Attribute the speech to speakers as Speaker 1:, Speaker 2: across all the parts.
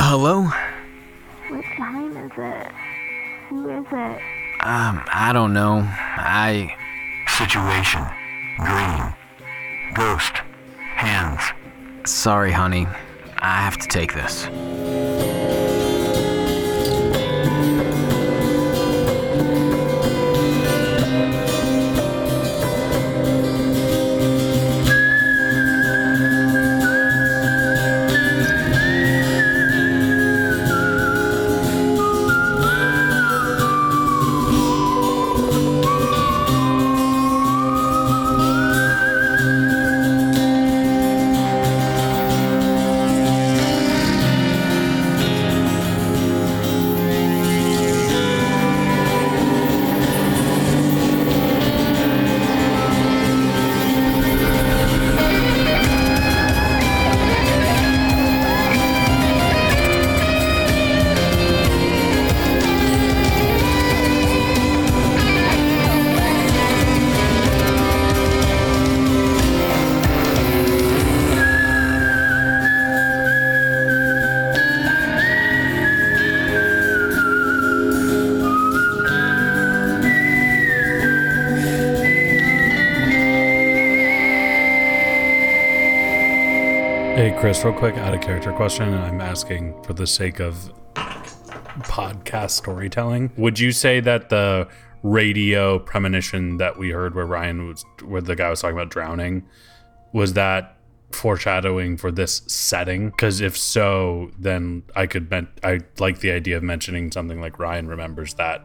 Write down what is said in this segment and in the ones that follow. Speaker 1: Hello? Um,
Speaker 2: What time is it? Who is it?
Speaker 1: Um, I don't know. I.
Speaker 3: Situation. Green. Ghost. Hands.
Speaker 1: Sorry, honey. I have to take this.
Speaker 4: Hey, Chris, real quick, out of character question. and I'm asking for the sake of podcast storytelling. Would you say that the radio premonition that we heard where Ryan was, where the guy was talking about drowning, was that foreshadowing for this setting? Because if so, then I could, men- I like the idea of mentioning something like Ryan remembers that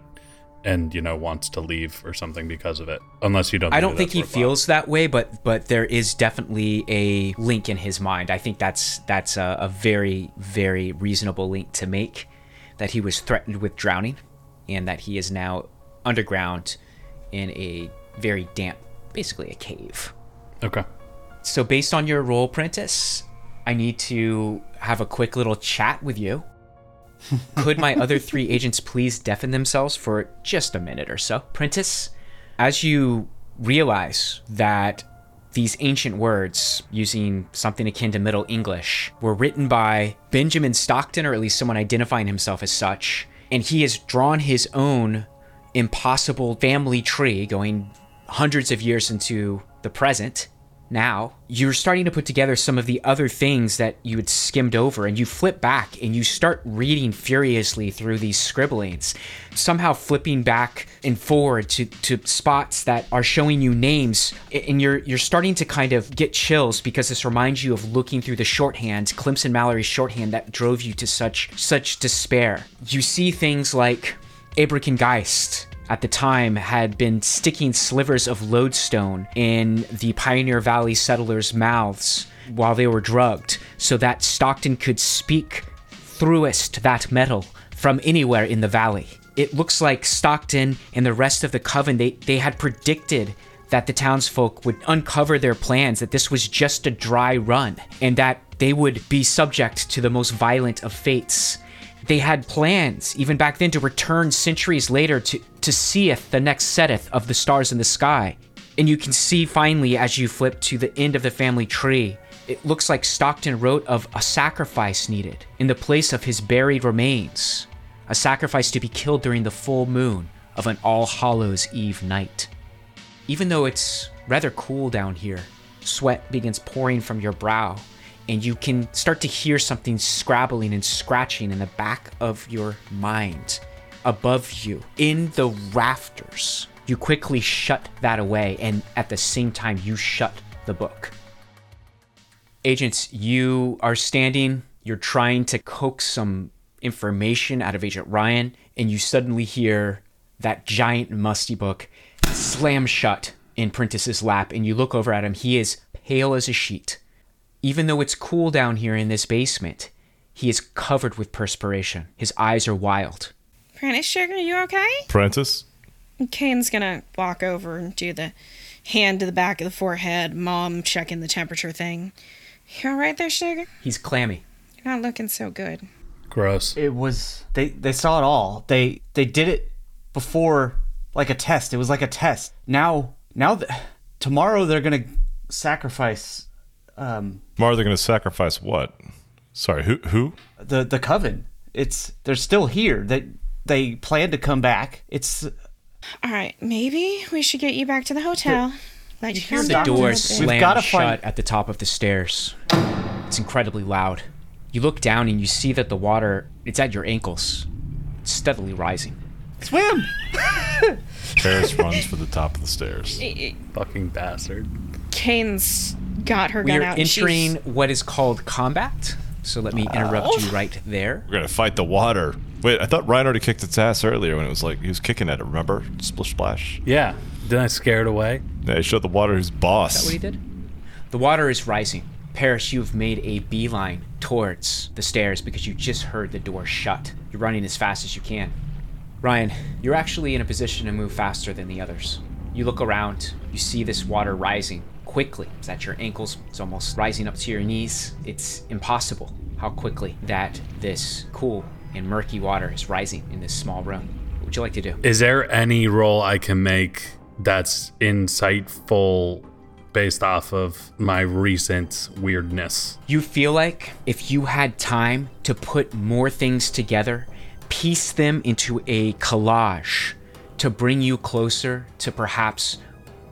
Speaker 4: and, you know, wants to leave or something because of it. Unless you don't
Speaker 5: I don't
Speaker 4: that
Speaker 5: think
Speaker 4: that's
Speaker 5: he
Speaker 4: worthwhile.
Speaker 5: feels that way, but but there is definitely a link in his mind. I think that's that's a, a very very reasonable link to make that he was threatened with drowning, and that he is now underground in a very damp, basically a cave.
Speaker 4: Okay.
Speaker 5: So based on your role, Prentice, I need to have a quick little chat with you. Could my other three agents please deafen themselves for just a minute or so? Prentice, as you realize that these ancient words, using something akin to Middle English, were written by Benjamin Stockton, or at least someone identifying himself as such, and he has drawn his own impossible family tree going hundreds of years into the present now you're starting to put together some of the other things that you had skimmed over and you flip back and you start reading furiously through these scribblings somehow flipping back and forward to, to spots that are showing you names a- and you're you're starting to kind of get chills because this reminds you of looking through the shorthand Clemson Mallory's shorthand that drove you to such such despair you see things like Abrakengeist at the time had been sticking slivers of lodestone in the Pioneer Valley settlers' mouths while they were drugged so that Stockton could speak throughest that metal from anywhere in the valley. It looks like Stockton and the rest of the coven they, they had predicted that the townsfolk would uncover their plans that this was just a dry run and that they would be subject to the most violent of fates they had plans, even back then, to return centuries later to, to seeth the next setteth of the stars in the sky. And you can see finally as you flip to the end of the family tree, it looks like Stockton wrote of a sacrifice needed in the place of his buried remains, a sacrifice to be killed during the full moon of an All Hallows Eve night. Even though it's rather cool down here, sweat begins pouring from your brow, and you can start to hear something scrabbling and scratching in the back of your mind, above you, in the rafters. You quickly shut that away, and at the same time, you shut the book. Agents, you are standing, you're trying to coax some information out of Agent Ryan, and you suddenly hear that giant musty book slam shut in Prentice's lap, and you look over at him. He is pale as a sheet. Even though it's cool down here in this basement, he is covered with perspiration. His eyes are wild.
Speaker 6: Prentice Sugar, you okay?
Speaker 7: Prentice?
Speaker 6: Kane's gonna walk over and do the hand to the back of the forehead, mom checking the temperature thing. You alright there, Sugar?
Speaker 5: He's clammy.
Speaker 6: You're not looking so good.
Speaker 4: Gross.
Speaker 8: It was they they saw it all. They they did it before like a test. It was like a test. Now now th- tomorrow they're gonna sacrifice. Um,
Speaker 7: Tomorrow they're going to sacrifice what?
Speaker 4: Sorry, who? Who?
Speaker 8: the the coven. It's they're still here. They they plan to come back. It's
Speaker 6: All right, maybe we should get you back to the hotel. Like
Speaker 5: You hear the door slam
Speaker 8: gotta
Speaker 5: shut
Speaker 8: find-
Speaker 5: at the top of the stairs. It's incredibly loud. You look down and you see that the water it's at your ankles. It's steadily rising.
Speaker 8: swim.
Speaker 7: Paris runs for the top of the stairs.
Speaker 4: Fucking bastard.
Speaker 6: Kane's got her
Speaker 5: We
Speaker 6: gun
Speaker 5: are
Speaker 6: out. and she's-
Speaker 5: entering what is called combat. So let me interrupt you right there.
Speaker 7: We're gonna fight the water. Wait, I thought Ryan already kicked its ass earlier when it was like he was kicking at it. Remember? Splish splash.
Speaker 4: Yeah. Then I scared away.
Speaker 7: Yeah, he showed the water who's boss.
Speaker 5: What he did? The water is rising. Paris, you have made a beeline towards the stairs because you just heard the door shut. You're running as fast as you can. Ryan, you're actually in a position to move faster than the others. You look around, you see this water rising quickly. It's at your ankles, it's almost rising up to your knees. It's impossible how quickly that this cool and murky water is rising in this small room. What would you like to do?
Speaker 4: Is there any role I can make that's insightful based off of my recent weirdness?
Speaker 5: You feel like if you had time to put more things together, piece them into a collage to bring you closer to perhaps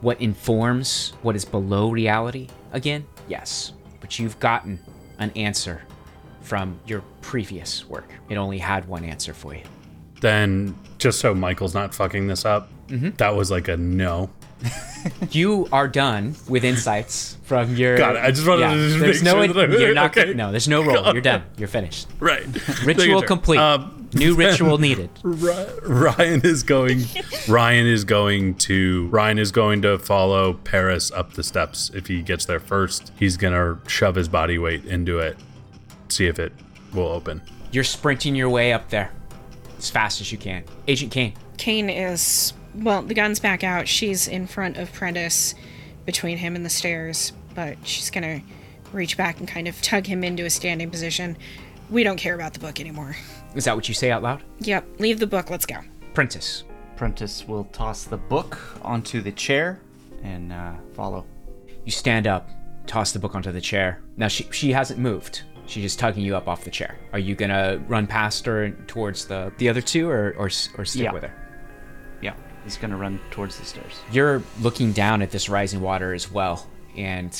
Speaker 5: what informs what is below reality again? Yes. But you've gotten an answer from your previous work. It only had one answer for you.
Speaker 4: Then, just so Michael's not fucking this up,
Speaker 5: Mm-hmm.
Speaker 4: that was like a no.
Speaker 5: You are done with insights from your.
Speaker 4: Got it. I just wanted to just make
Speaker 5: there's no,
Speaker 4: sure that I-
Speaker 5: you're not,
Speaker 4: okay.
Speaker 5: No, there's no roll. You're done. You're finished.
Speaker 4: Right.
Speaker 5: Ritual complete.
Speaker 4: Um,
Speaker 5: New ritual needed.
Speaker 4: Ri- Ryan is going. Ryan is going to. Ryan is going to follow Paris up the steps. If he gets there first, he's gonna shove his body weight into it, see if it will open.
Speaker 5: You're sprinting your way up there as fast as you can. Agent Kane,
Speaker 6: Kane is well, the gun's back out. She's in front of Prentice, between him and the stairs, but she's gonna reach back and kind of tug him into a standing position. We don't care about the book anymore.
Speaker 5: is that what you say out loud?
Speaker 6: Yep, leave the book. Let's go.
Speaker 5: Prentice,
Speaker 8: Prentice will toss the book onto the chair and uh, follow.
Speaker 5: you stand up, toss the book onto the chair. Now she she hasn't moved. She's just tugging you up off the chair. Are you gonna run past her and towards the the other two, or or, s- or stick
Speaker 8: Yeah.
Speaker 5: with her?
Speaker 8: Yeah, he's gonna run towards the stairs.
Speaker 5: You're looking down at this rising water as well, and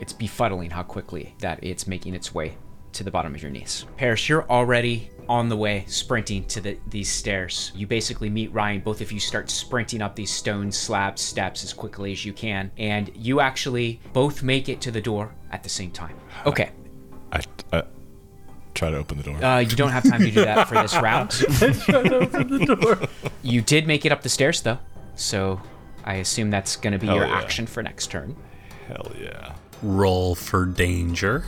Speaker 5: it's befuddling how quickly that it's making its way to the bottom of your knees. Paris, you're already on the way, sprinting to the, these stairs. You basically meet Ryan. Both of you start sprinting up these stone slab steps as quickly as you can, and you actually both make it to the door at the same time. Okay,
Speaker 7: I, I try to open the door.
Speaker 5: uh, you don't have time to do that for this round. You did make it up the stairs though, so I assume that's going to be your
Speaker 7: yeah.
Speaker 5: action for next turn.
Speaker 7: Hell yeah.
Speaker 4: Roll for danger.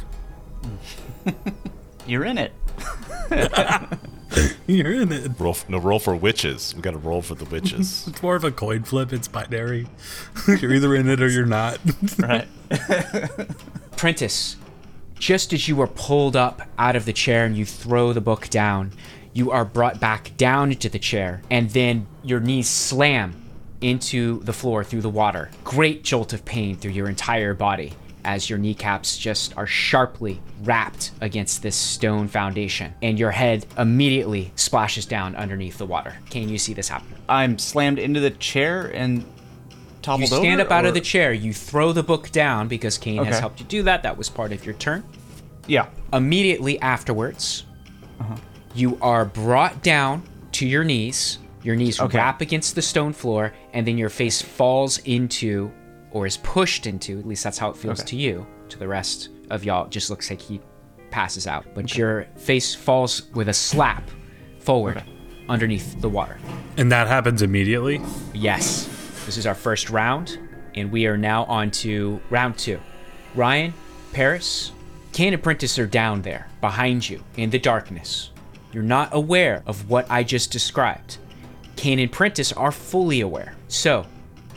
Speaker 8: You're in it.
Speaker 4: You're in it.
Speaker 7: Roll for, no roll for witches. We gotta roll for the witches.
Speaker 4: It's more of a coin flip. It's binary. you're either in it or you're not.
Speaker 8: Right.
Speaker 5: Prentice, just as you are pulled up out of the chair and you throw the book down, you are brought back down into the chair, and then your knees slam into the floor through the water. Great jolt of pain through your entire body as your kneecaps just are sharply wrapped against this stone foundation, and your head immediately splashes down underneath the water. Can you see this happen?
Speaker 8: I'm slammed into the chair and toppled
Speaker 5: You stand
Speaker 8: over,
Speaker 5: up out
Speaker 8: or-
Speaker 5: of the chair, you throw the book down because Kane has
Speaker 8: Okay.
Speaker 5: helped you do that. That was part of your turn.
Speaker 8: Yeah.
Speaker 5: immediately afterwards, you are brought down to your knees. Your knees
Speaker 8: Okay.
Speaker 5: wrap against the stone floor, and then your face falls into, or is pushed into, at least that's how it feels to you. To the rest of y'all, it just looks like he passes out. But your face falls with a slap forward underneath the water.
Speaker 4: and that happens immediately.
Speaker 5: Yes. This is our first round, and we are now on to round two. Ryan, Paris, Kane and Prentice are down there behind you in the darkness. You're not aware of what I just described. Kane and Prentice are fully aware. So,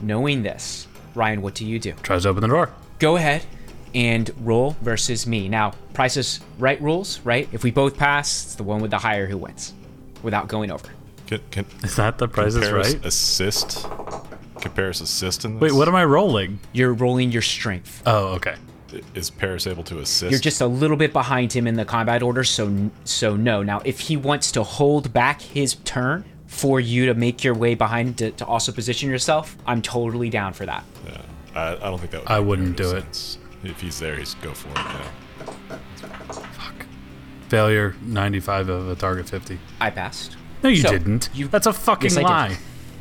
Speaker 5: knowing this, Ryan, what do you do?
Speaker 4: Tries to open the door.
Speaker 5: Go ahead and roll versus me. Now, prices right rules, right? If we both pass, it's the one with the higher who wins without going over.
Speaker 7: Can, can
Speaker 4: Is that the price is
Speaker 7: Paris
Speaker 4: right?
Speaker 7: assist? Can Paris assist in this?
Speaker 4: Wait, what am I rolling?
Speaker 5: You're rolling your strength.
Speaker 4: Oh, okay.
Speaker 7: is Paris able to assist?
Speaker 5: You're just a little bit behind him in the combat order, so so no. Now, if he wants to hold back his turn for you to make your way behind to, to also position yourself, I'm totally down for that.
Speaker 7: Yeah. I, I don't think that. Would
Speaker 4: I
Speaker 7: make
Speaker 4: wouldn't
Speaker 7: Paris
Speaker 4: do it.
Speaker 7: sense. If he's there, he's go for it. Yeah.
Speaker 4: Failure 95 of a target 50.
Speaker 5: I passed.
Speaker 4: No, you
Speaker 5: So,
Speaker 4: didn't.
Speaker 5: you-
Speaker 4: That's a fucking
Speaker 5: Yes, I did.
Speaker 4: lie.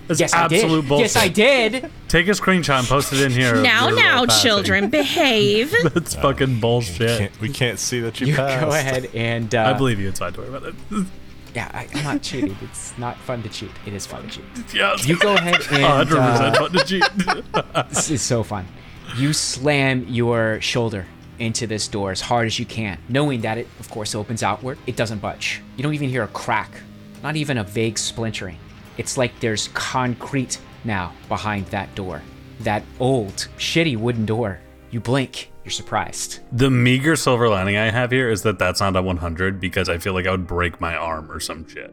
Speaker 4: That's
Speaker 5: Yes, I
Speaker 4: absolute
Speaker 5: did.
Speaker 4: bullshit.
Speaker 5: Yes, I did.
Speaker 4: Take a screenshot and post it in here.
Speaker 6: Now,
Speaker 4: We're
Speaker 6: now,
Speaker 4: all passing.
Speaker 6: children, behave.
Speaker 4: That's fucking bullshit.
Speaker 7: Can't, we can't see that you,
Speaker 5: You
Speaker 7: passed.
Speaker 5: go ahead and uh,
Speaker 4: I believe you. It's fine. Don't worry about it.
Speaker 5: Yeah, I, I'm not cheating. It's not fun to cheat. It is fun to cheat.
Speaker 4: Yeah,
Speaker 5: You go ahead and
Speaker 4: 100%
Speaker 5: uh,
Speaker 4: not to cheat.
Speaker 5: This is so fun. You slam your shoulder into this door as hard as you can, knowing that it, of course, opens outward. It doesn't budge. You don't even hear a crack, not even a vague splintering. It's like there's concrete now behind that door. That old, shitty wooden door. You blink, you're surprised.
Speaker 4: The meager silver lining I have here is that that's not a 100 because I feel like I would break my arm or some shit.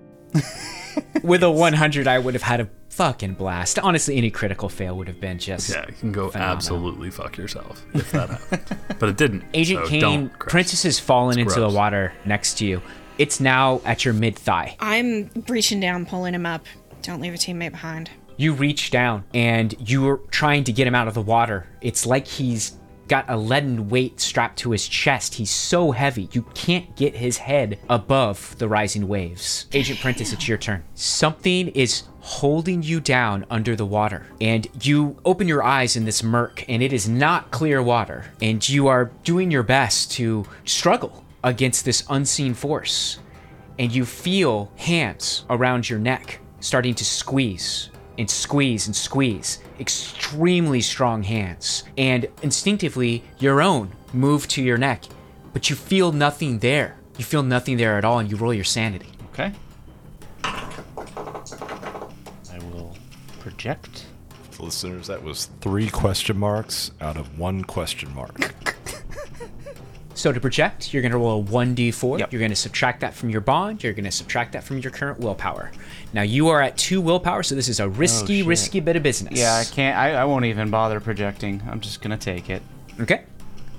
Speaker 5: With a 100, I would have had a fucking blast. Honestly, any critical fail would have been just.
Speaker 4: Yeah, you can go
Speaker 5: Phenomenal.
Speaker 4: absolutely fuck yourself if that happened. but it didn't.
Speaker 5: Agent
Speaker 4: so
Speaker 5: Kane,
Speaker 4: don't, Chris.
Speaker 5: Princess has fallen into
Speaker 4: gross.
Speaker 5: the water next to you. It's now at your mid thigh.
Speaker 6: I'm reaching down, pulling him up. Don't leave a teammate behind.
Speaker 5: You reach down and you're trying to get him out of the water. It's like he's got a leaden weight strapped to his chest. He's so heavy, you can't get his head above the rising waves. Agent Prentice, it's your turn. Something is holding you down under the water, and you open your eyes in this murk, and it is not clear water, and you are doing your best to struggle against this unseen force and you feel hands around your neck starting to squeeze and squeeze and squeeze. Extremely strong hands. And instinctively, your own move to your neck, but you feel nothing there. You feel nothing there at all, and you roll your sanity.
Speaker 8: Okay. I will project.
Speaker 7: Listeners, that was three question marks out of one question mark.
Speaker 5: So to project, you're going to roll a 1d4.
Speaker 8: Yep.
Speaker 5: You're going to subtract that from your bond. You're going to subtract that from your current willpower. Now you are at two willpower, so this is a risky,
Speaker 8: Oh, shit.
Speaker 5: risky bit of business.
Speaker 8: Yeah, I can't. I, I won't even bother projecting. I'm just gonna take it.
Speaker 5: Okay.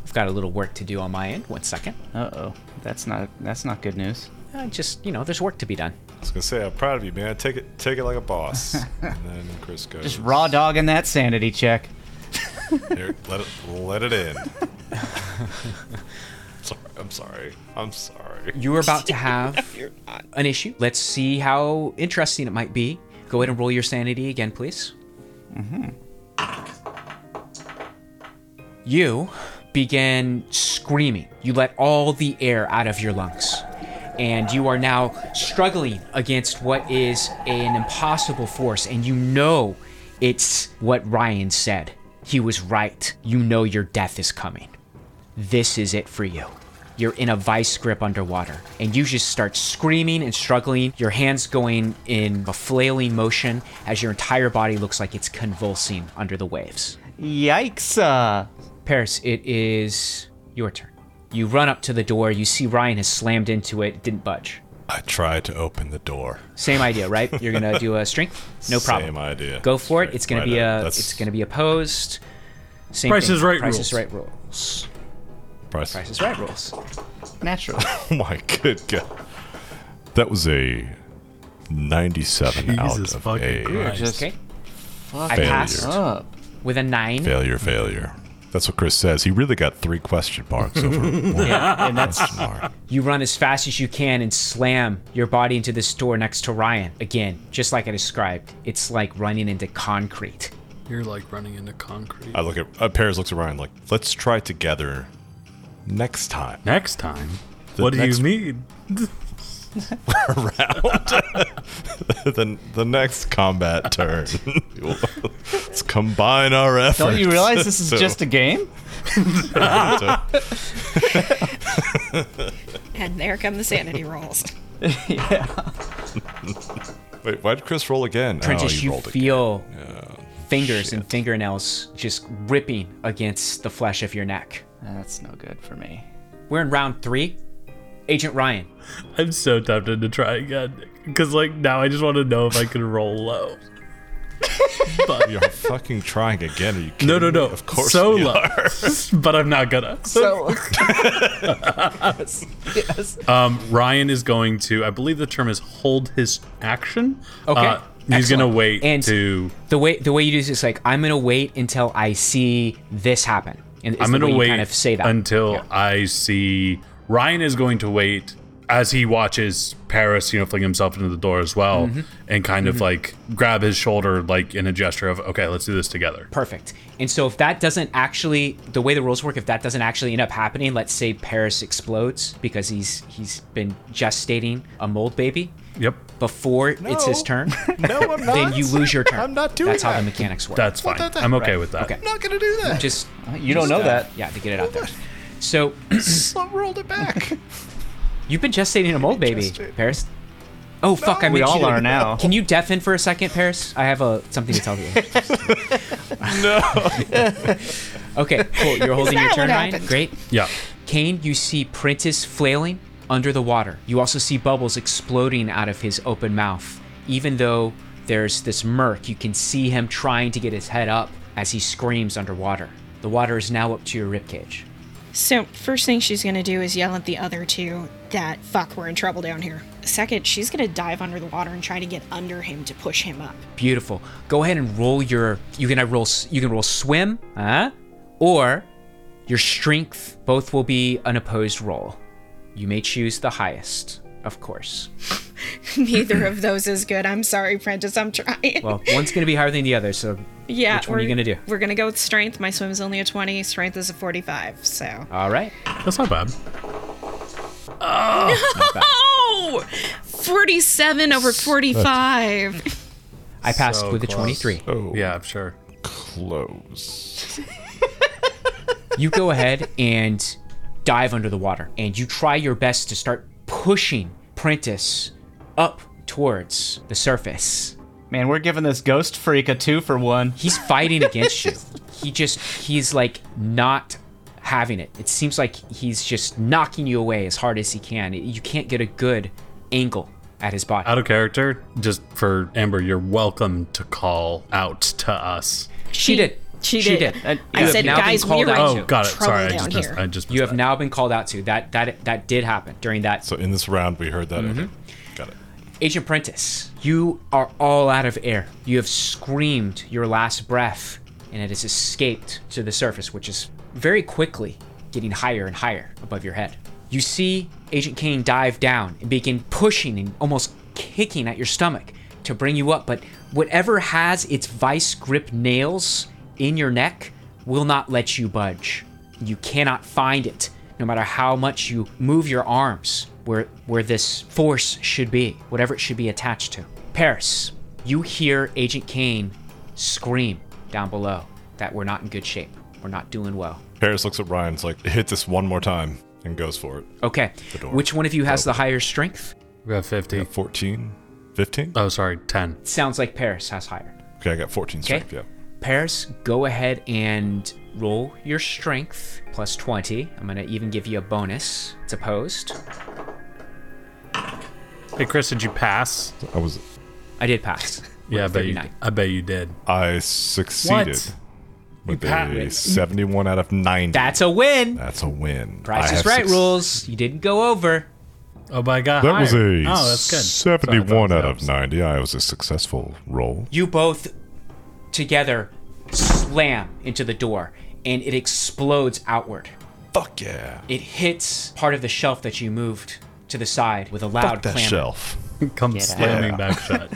Speaker 5: I've got a little work to do on my end. One second.
Speaker 8: Uh oh, that's not that's not good news.
Speaker 5: Uh, just, you know, there's work to be done.
Speaker 7: I was gonna say, I'm proud of you, man. Take it, take it like a boss. and then Chris goes,
Speaker 8: Just raw dogging that sanity check.
Speaker 7: Here, let it, let it in. sorry, I'm sorry. I'm sorry.
Speaker 5: You're about to have an issue. Let's see how interesting it might be. Go ahead and roll your sanity again, please. Mm-hmm. You begin screaming. You let all the air out of your lungs. And you are now struggling against what is an impossible force. And you know it's what Ryan said. He was right. You know your death is coming this is it for you. You're in a vice grip underwater, and you just start screaming and struggling, your hands going in a flailing motion as your entire body looks like it's convulsing under the waves.
Speaker 8: Yikes! Uh,
Speaker 5: Paris, it is your turn. You run up to the door, you see Ryan has slammed into it, didn't budge.
Speaker 7: I tried to open the door.
Speaker 5: Same idea, right? You're gonna do a strength? No problem.
Speaker 7: Same idea.
Speaker 5: Go for it.
Speaker 7: Right,
Speaker 5: It's gonna
Speaker 7: right
Speaker 5: be
Speaker 7: up.
Speaker 5: a
Speaker 7: That's-
Speaker 5: it's gonna be opposed. Same
Speaker 4: Price
Speaker 5: thing.
Speaker 4: is Right
Speaker 5: Price
Speaker 4: rules.
Speaker 5: is right rules.
Speaker 7: Price.
Speaker 5: Price is right rules.
Speaker 8: natural.
Speaker 7: Oh my good god. That was a 97 out
Speaker 4: Jesus
Speaker 7: of
Speaker 4: fucking
Speaker 7: a
Speaker 4: Christ.
Speaker 8: Just
Speaker 5: Okay. I
Speaker 7: Failure.
Speaker 5: passed
Speaker 8: up.
Speaker 5: with a nine.
Speaker 7: failure. Failure. That's what Chris says. He really got three question marks over one question mark.
Speaker 5: You run as fast as you can and slam your body into this door next to Ryan. Again, just like I described, it's like running into concrete.
Speaker 4: You're like running into concrete.
Speaker 7: I look at uh, Paris looks at Ryan like, let's try together next time.
Speaker 4: Next time.
Speaker 7: The
Speaker 4: what
Speaker 7: next-
Speaker 4: do you mean?
Speaker 7: the, the next combat turn. let's combine our efforts.
Speaker 8: Don't you realize this is
Speaker 7: So-
Speaker 8: just a game?
Speaker 7: so-
Speaker 6: And there come the sanity rolls.
Speaker 7: wait, why did Chris roll again?
Speaker 5: Prentice,
Speaker 7: oh, he
Speaker 5: you
Speaker 7: rolled again.
Speaker 5: feel fingers and fingernails just ripping against the flesh of your neck.
Speaker 8: That's no good for me.
Speaker 5: We're in round three. Agent Ryan,
Speaker 4: I'm so tempted to try again because like now I just want to know if I can roll low.
Speaker 7: We are fucking trying again. Are you kidding
Speaker 4: No, no,
Speaker 7: me?
Speaker 4: no.
Speaker 7: Of course
Speaker 4: Solo.
Speaker 7: we are.
Speaker 4: but I'm not gonna.
Speaker 8: So
Speaker 4: Um, Ryan is going to, I believe the term is hold his action.
Speaker 5: Okay.
Speaker 4: Uh, he's going to
Speaker 5: Excellent.
Speaker 4: wait
Speaker 5: And-
Speaker 4: to.
Speaker 5: The way the way you do this is like I'm gonna wait until I see this happen. And
Speaker 4: I'm going to wait
Speaker 5: kind of say that
Speaker 4: until
Speaker 5: Yeah.
Speaker 4: I see. Ryan is going to wait as he watches Paris, you know, fling himself into the door as well
Speaker 5: Mm-hmm.
Speaker 4: and kind of like grab his shoulder, like in a gesture of, okay, let's do this together.
Speaker 5: Perfect. And so if that doesn't actually the way the rules work, if that doesn't actually end up happening, let's say Paris explodes because he's he's been gestating a mold baby
Speaker 4: Yep.
Speaker 5: before it's his
Speaker 7: No.
Speaker 5: turn,
Speaker 7: No, I'm not.
Speaker 5: then you lose your turn.
Speaker 7: I'm not doing
Speaker 5: That's how
Speaker 7: that.
Speaker 5: the mechanics work.
Speaker 4: That's
Speaker 7: What
Speaker 4: fine.
Speaker 7: the-
Speaker 4: I'm okay
Speaker 5: Right.
Speaker 4: with that.
Speaker 5: Okay.
Speaker 7: I'm not gonna do that.
Speaker 5: just uh,
Speaker 8: you don't know that.
Speaker 5: yeah, to get it out there. So
Speaker 7: I rolled it back.
Speaker 5: you've been gestating a mold baby,
Speaker 7: Gestate.
Speaker 5: Paris. Oh fuck, I
Speaker 8: we
Speaker 5: made
Speaker 8: all
Speaker 5: you-
Speaker 8: are now.
Speaker 5: Can you deafen for a second, Paris? I have a something to tell you. no. okay, cool. You're holding your
Speaker 6: that
Speaker 5: turn,
Speaker 6: what
Speaker 5: Ryan.
Speaker 6: happened?
Speaker 5: Great.
Speaker 4: Yeah.
Speaker 5: Kane, you see Prentice flailing under the water. You also see bubbles exploding out of his open mouth. Even though there's this murk, you can see him trying to get his head up as he screams underwater. The water is now up to your ribcage.
Speaker 6: So, first thing she's gonna do is yell at the other two that fuck, we're in trouble down here. Second, she's gonna dive under the water and try to get under him to push him up.
Speaker 5: Beautiful. Go ahead and roll your. You can roll. s- You can roll swim, huh? Or your strength. Both will be an opposed roll. You may choose the highest, of course.
Speaker 6: Neither of those is good. I'm sorry, Prentice, I'm trying.
Speaker 5: Well, one's gonna be higher than the other, so
Speaker 6: yeah,
Speaker 5: which one are you
Speaker 6: we're-
Speaker 5: gonna do?
Speaker 6: We're gonna go with strength. My swim is only a 20, strength is a 45, so.
Speaker 5: all right.
Speaker 4: That's not bad.
Speaker 6: Oh! 47 over 45.
Speaker 5: I passed
Speaker 4: So
Speaker 5: with a
Speaker 4: close.
Speaker 5: twenty-three.
Speaker 4: Yeah, I'm sure.
Speaker 7: Close.
Speaker 5: you go ahead and dive under the water and you try your best to start pushing Prentice up towards the surface.
Speaker 8: man, we're giving this ghost freak a two for one.
Speaker 5: He's fighting against you. He just, he's like not having it. It seems like he's just knocking you away as hard as he can. You can't get a good angle at his body.
Speaker 4: Out of character, just for Amber, you're welcome to call out to us.
Speaker 5: she did.
Speaker 6: She
Speaker 5: She
Speaker 6: did. Uh,
Speaker 5: did.
Speaker 6: I
Speaker 5: And you have
Speaker 6: said,
Speaker 5: now been
Speaker 6: guys, we
Speaker 5: called
Speaker 6: were
Speaker 5: out.
Speaker 4: Oh,
Speaker 5: you.
Speaker 4: got it.
Speaker 6: trouble
Speaker 4: Sorry, I
Speaker 6: down
Speaker 4: just missed.
Speaker 6: here.
Speaker 4: I just
Speaker 5: You
Speaker 4: missed
Speaker 5: have
Speaker 4: that.
Speaker 5: now been called out to. That that that did happen during that
Speaker 7: So in this round, we heard that. Okay. Got it.
Speaker 5: Agent Prentice, you are all out of air. You have screamed your last breath, and it has escaped to the surface, which is very quickly getting higher and higher above your head. You see Agent Kane dive down and begin pushing and almost kicking at your stomach to bring you up, but whatever has its vice grip nails in your neck will not let you budge. You cannot find it, no matter how much you move your arms where where this force should be, whatever it should be attached to. Paris, you hear Agent Kane scream down below that we're not in good shape. We're not doing well.
Speaker 7: Paris looks at Ryan's like, hit this one more time, and goes for it.
Speaker 5: Okay.
Speaker 7: door.
Speaker 5: Which one of you has the higher strength?
Speaker 4: We have 50.
Speaker 7: Got 14, 15.
Speaker 4: Oh, sorry, 10.
Speaker 5: Sounds like Paris has higher.
Speaker 7: Okay, I got 14 strength. Yeah.
Speaker 5: Paris, go ahead and roll your strength plus 20. I'm going to even give you a bonus. It's opposed.
Speaker 4: Hey, Chris, did you pass?
Speaker 7: I was.
Speaker 5: I did pass.
Speaker 4: Yeah, I bet you.
Speaker 5: 39.
Speaker 4: I bet you did.
Speaker 7: I succeeded
Speaker 4: What?
Speaker 7: with
Speaker 4: You pat-
Speaker 7: a 71 out of 90.
Speaker 5: That's a win.
Speaker 7: That's a win.
Speaker 5: Price
Speaker 7: I
Speaker 5: is
Speaker 7: have
Speaker 5: right
Speaker 7: suc-
Speaker 5: rules. You didn't go over.
Speaker 4: Oh my God.
Speaker 7: That was a
Speaker 4: higher. Oh, that's good. Sorry, I thought
Speaker 7: 71
Speaker 4: that
Speaker 7: out
Speaker 4: was-
Speaker 7: of 90. I was a successful roll.
Speaker 5: You both together slam into the door and it explodes outward.
Speaker 7: Fuck yeah.
Speaker 5: It hits part of the shelf that you moved to the side with a loud
Speaker 7: Fuck that
Speaker 5: clamor.
Speaker 7: shelf.
Speaker 4: Come
Speaker 5: out.
Speaker 4: slamming back shut.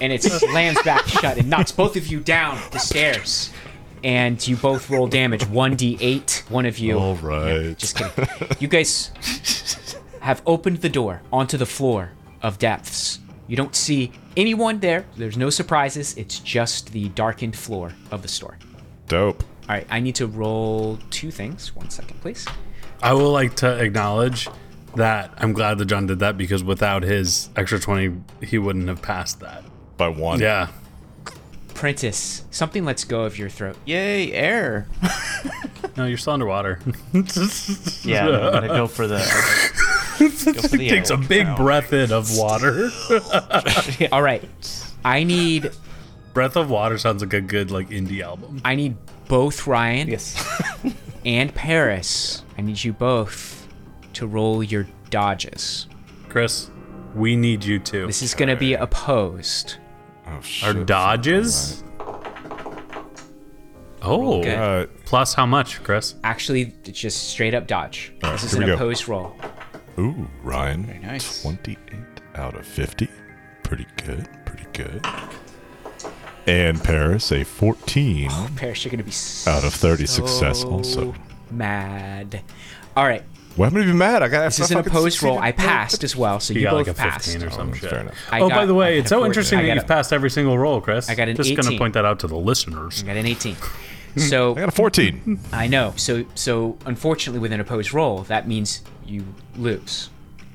Speaker 5: And it slams back shut and knocks both of you down the stairs. And you both roll damage 1d8. One of you.
Speaker 7: All right.
Speaker 5: Just kidding. You guys have opened the door onto the floor of depths. You don't see anyone there. There's no surprises. It's just the darkened floor of the store.
Speaker 7: Dope.
Speaker 5: All right, I need to roll two things. One second, please.
Speaker 4: I will like to acknowledge that I'm glad that John did that because without his extra 20, he wouldn't have passed that.
Speaker 7: By one.
Speaker 4: Yeah.
Speaker 5: Prentice, something lets go of your throat.
Speaker 8: Yay, air.
Speaker 4: No, you're still underwater.
Speaker 8: Yeah, I'm gonna go for the. go for the
Speaker 4: Takes a
Speaker 8: air.
Speaker 4: big breath in of water.
Speaker 5: All right, I need
Speaker 4: Breath of Water sounds like a good like indie album.
Speaker 5: I need both Ryan
Speaker 8: Yes.
Speaker 5: and Paris. I need you both to roll your dodges.
Speaker 4: Chris, we need you too.
Speaker 5: This is going to be opposed.
Speaker 7: Oh, shit.
Speaker 4: Our dodges. Oh,
Speaker 5: good.
Speaker 7: Alright.
Speaker 4: plus how much, Chris?
Speaker 5: Actually, it's just straight up dodge.
Speaker 7: Alright,
Speaker 5: This is
Speaker 7: here
Speaker 5: an
Speaker 7: we go.
Speaker 5: opposed roll.
Speaker 7: Ooh, Ryan.
Speaker 9: Very nice.
Speaker 7: 28 out of 50. Pretty good. Pretty good. And Paris, a 14
Speaker 5: Paris, you're going to be so
Speaker 7: out of 30
Speaker 5: Oh.
Speaker 7: successful. So,
Speaker 5: mad. All right.
Speaker 7: well, I'm going to be mad. I got
Speaker 5: This is an opposed roll. I passed as well, so you,
Speaker 4: You got
Speaker 5: both
Speaker 4: like a
Speaker 5: passed.
Speaker 4: 15 or some shit.
Speaker 7: Fair enough.
Speaker 5: I
Speaker 4: oh,
Speaker 5: got-
Speaker 4: by the
Speaker 5: I
Speaker 4: way,
Speaker 5: got
Speaker 4: it's
Speaker 5: a
Speaker 4: so
Speaker 5: 14.
Speaker 4: interesting
Speaker 5: I
Speaker 4: that
Speaker 5: got
Speaker 4: you've
Speaker 5: a-
Speaker 4: passed every single roll, Chris.
Speaker 5: I got an
Speaker 4: Just gonna
Speaker 5: 18.
Speaker 4: point that out to the listeners.
Speaker 5: I got an 18. So
Speaker 7: Hmm, I got a 14.
Speaker 5: I know. So so unfortunately, with an opposed roll, that means you lose.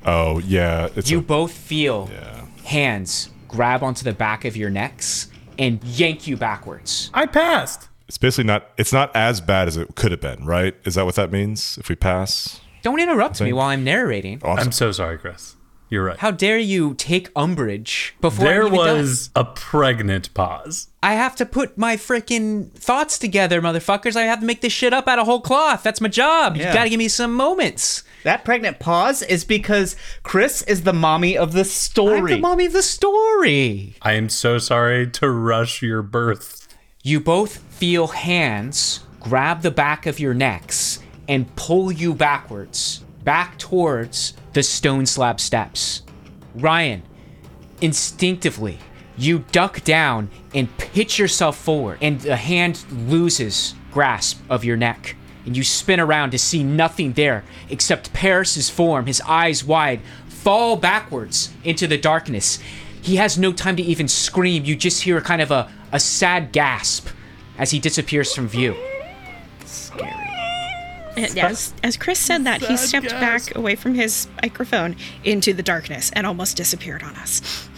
Speaker 7: oh, yeah. It's
Speaker 5: You
Speaker 7: a-
Speaker 5: both feel
Speaker 7: yeah.
Speaker 5: hands grab onto the back of your necks and yank you backwards.
Speaker 4: I passed.
Speaker 7: It's basically not, it's not as bad as it could have been, right? Is that what that means? If we pass?
Speaker 5: Don't interrupt me
Speaker 7: Thank-
Speaker 5: while I'm narrating.
Speaker 7: Awesome.
Speaker 4: I'm so sorry, Chris. You're right.
Speaker 5: How dare you take umbrage before I'm
Speaker 4: there
Speaker 5: even done.
Speaker 4: was a pregnant pause.
Speaker 5: I have to put my freaking thoughts together, motherfuckers. I have to make this shit up out of whole cloth. That's my job. You
Speaker 9: Yeah.
Speaker 5: gotta give me some moments.
Speaker 9: That pregnant pause is because Chris is the mommy of the
Speaker 5: I'm
Speaker 9: story.
Speaker 5: the mommy of the story.
Speaker 4: I am so sorry to rush your birth.
Speaker 5: You both feel hands grab the back of your necks and pull you backwards, back towards the stone slab steps. Ryan, instinctively, you duck down and pitch yourself forward, and the hand loses grasp of your neck. And you spin around to see nothing there except Paris's form, his eyes wide, fall backwards into the darkness. He has no time to even scream. You just hear kind of a, a sad gasp as he disappears from view.
Speaker 6: As, as Chris said that, he stepped back away from his microphone into the darkness and almost disappeared on us.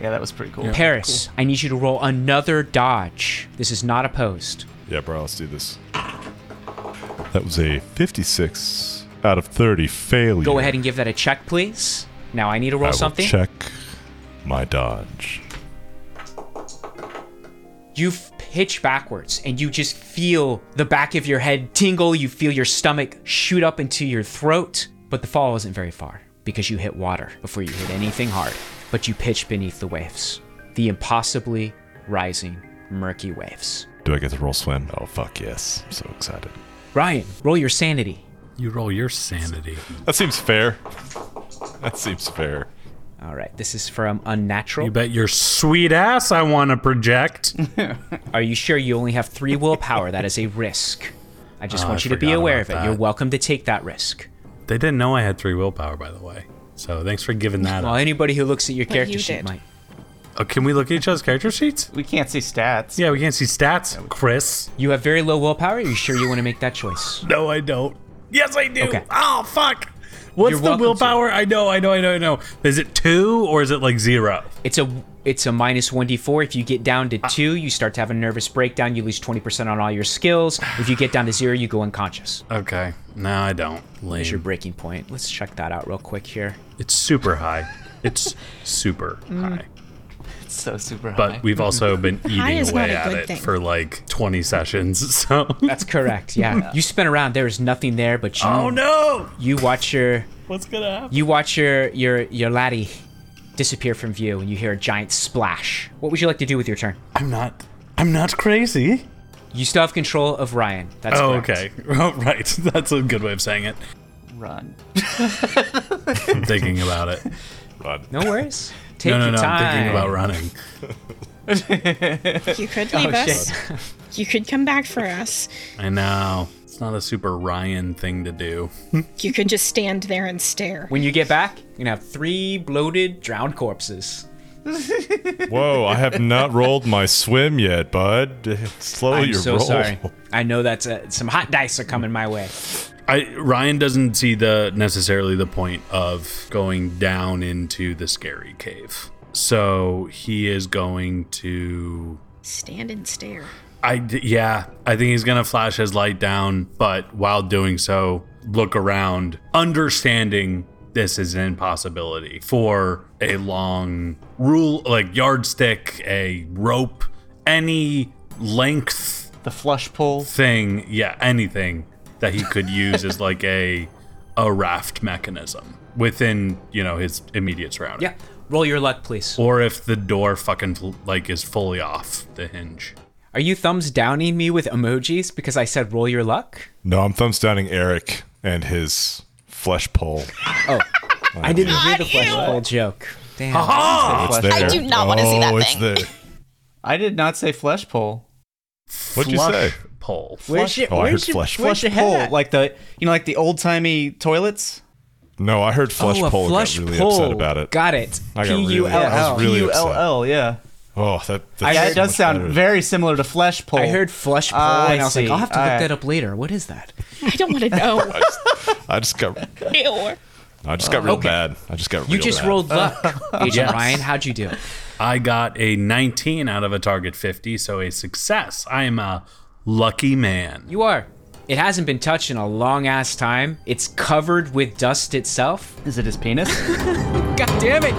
Speaker 8: yeah, that was pretty cool.
Speaker 5: Paris, I need you to roll another dodge. This is not opposed.
Speaker 7: Yeah, bro, let's do this. That was a 56 out of 30 failure.
Speaker 5: Go ahead and give that a check, please. Now I need to roll
Speaker 7: I will
Speaker 5: something.
Speaker 7: Check my dodge.
Speaker 5: you f- pitch backwards and you just feel the back of your head tingle. You feel your stomach shoot up into your throat, but the fall isn't very far because you hit water before you hit anything hard. But you pitch beneath the waves, the impossibly rising murky waves.
Speaker 7: Do I get to roll swim? Oh, fuck yes. I'm so excited.
Speaker 5: Ryan, roll your sanity.
Speaker 4: You roll your sanity.
Speaker 7: That seems fair. That seems fair.
Speaker 5: All right, this is from unnatural.
Speaker 4: You bet your sweet ass I want to project.
Speaker 5: Are you sure you only have three willpower? that is a risk. I just
Speaker 4: Oh,
Speaker 5: want
Speaker 4: I
Speaker 5: you to be
Speaker 4: forgot
Speaker 5: aware of it.
Speaker 4: about
Speaker 5: You're
Speaker 4: that.
Speaker 5: welcome to take that risk.
Speaker 4: they didn't know I had three willpower, by the way. So thanks for giving that
Speaker 5: Well,
Speaker 4: up.
Speaker 5: anybody who looks at your character
Speaker 6: you
Speaker 5: sheet
Speaker 6: did.
Speaker 5: might.
Speaker 4: Oh, can we look at each other's character sheets?
Speaker 8: We can't see stats.
Speaker 4: Yeah, we can't see stats. Chris.
Speaker 5: You have very low willpower. Are you sure you want to make that choice?
Speaker 4: No, I don't. Yes, I do.
Speaker 5: Okay.
Speaker 4: Oh, fuck. What's
Speaker 5: You're
Speaker 4: the
Speaker 5: welcome to.
Speaker 4: willpower? I know, I know, I know, I know. Is it two or is it like zero?
Speaker 5: It's a it's a minus one d four. If you get down to two, you start to have a nervous breakdown. You lose twenty percent on all your skills. If you get down to zero, you go unconscious.
Speaker 4: Okay. No, I don't.
Speaker 5: That's your
Speaker 4: Lame.
Speaker 5: breaking point. Let's check that out real quick here.
Speaker 4: It's super high. It's super
Speaker 6: Mm.
Speaker 4: high.
Speaker 8: It's so super high.
Speaker 4: But we've also been
Speaker 6: High
Speaker 4: eating
Speaker 6: is not
Speaker 4: away
Speaker 6: a
Speaker 4: at
Speaker 6: good
Speaker 4: it
Speaker 6: thing.
Speaker 4: for like 20 sessions. So.
Speaker 5: That's correct. Yeah. You spin around. There is nothing there, but you
Speaker 4: Oh no!
Speaker 5: you watch your
Speaker 4: What's gonna happen?
Speaker 5: you watch your your your laddie disappear from view, and you hear a giant splash. What would you like to do with your turn?
Speaker 4: I'm not. I'm not crazy.
Speaker 5: You still have control of Ryan. That's
Speaker 4: Oh,
Speaker 5: correct.
Speaker 4: okay. Oh, right. That's a good way of saying it.
Speaker 8: Run.
Speaker 4: I'm thinking about it.
Speaker 7: Rod.
Speaker 5: No worries. Take
Speaker 4: No, no,
Speaker 5: your
Speaker 4: no.
Speaker 5: time.
Speaker 4: I'm thinking about running.
Speaker 6: You could
Speaker 5: Oh,
Speaker 6: leave us. You could come back for us.
Speaker 4: I know. It's not a super Ryan thing to do.
Speaker 6: You could just stand there and stare.
Speaker 5: When you get back, you're gonna have three bloated, drowned corpses.
Speaker 7: Whoa, I have not rolled my swim yet, bud. Slow
Speaker 5: I'm
Speaker 7: your
Speaker 5: so
Speaker 7: roll.
Speaker 5: sorry. I know that's uh some hot dice are coming my way.
Speaker 4: I Ryan doesn't see the necessarily the point of going down into the scary cave. So he is going to
Speaker 6: Stand and stare.
Speaker 4: I d- yeah, I think he's gonna flash his light down, but while doing so, look around, understanding this is an impossibility for a long rule, like yardstick, a rope, any length
Speaker 8: The flush pull.
Speaker 4: thing, yeah, anything that he could use as like a a raft mechanism within, you know, his immediate surroundings.
Speaker 5: Yeah. Roll your luck, please.
Speaker 4: Or if the door fucking fl- like is fully off the hinge.
Speaker 5: Are you thumbs downing me with emojis because I said roll your luck?
Speaker 7: No, I'm thumbs downing Eric and his flesh pole.
Speaker 5: Oh, I didn't hear the flesh pull joke. Damn.
Speaker 7: It's
Speaker 8: Flesh-
Speaker 7: there.
Speaker 10: I do not wanna see that
Speaker 7: Oh, it's
Speaker 10: thing.
Speaker 7: there.
Speaker 8: I did not say flesh pull.
Speaker 7: What'd you
Speaker 4: Flush
Speaker 7: say?
Speaker 4: Pole.
Speaker 8: Where's
Speaker 7: Oh, I heard flesh.
Speaker 8: Flush
Speaker 9: your
Speaker 8: pull,
Speaker 9: hat?
Speaker 8: like the you know, like the old timey toilets.
Speaker 7: No, I heard flesh
Speaker 5: oh, a
Speaker 7: pole.
Speaker 5: flush
Speaker 7: got really
Speaker 5: pull.
Speaker 7: upset about it.
Speaker 5: Got it.
Speaker 7: I got
Speaker 5: P
Speaker 7: really-
Speaker 5: U L
Speaker 7: I
Speaker 5: L.
Speaker 7: was really
Speaker 8: U
Speaker 7: upset.
Speaker 8: L L. Yeah,
Speaker 7: Oh, that. That's
Speaker 8: yeah,
Speaker 7: so
Speaker 8: it does
Speaker 7: much
Speaker 8: sound
Speaker 7: better.
Speaker 8: very similar to flesh pull.
Speaker 5: I heard flush pull,
Speaker 8: Ah, I
Speaker 5: and I was like,
Speaker 8: see.
Speaker 5: I'll have to look
Speaker 8: Alright.
Speaker 5: that up later. What is that?
Speaker 6: I don't want to know.
Speaker 7: I just got.
Speaker 6: Ew.
Speaker 7: I just got real
Speaker 5: Okay.
Speaker 7: bad. I just got.
Speaker 5: You
Speaker 7: real
Speaker 5: just
Speaker 7: bad.
Speaker 5: rolled luck, Agent
Speaker 4: Yes.
Speaker 5: Ryan. How'd you do?
Speaker 4: I got a 19 out of a target 50, so a success. I am a lucky man.
Speaker 5: You are. It hasn't been touched in a long ass time. It's covered with dust itself.
Speaker 8: Is it his penis?
Speaker 5: God damn it!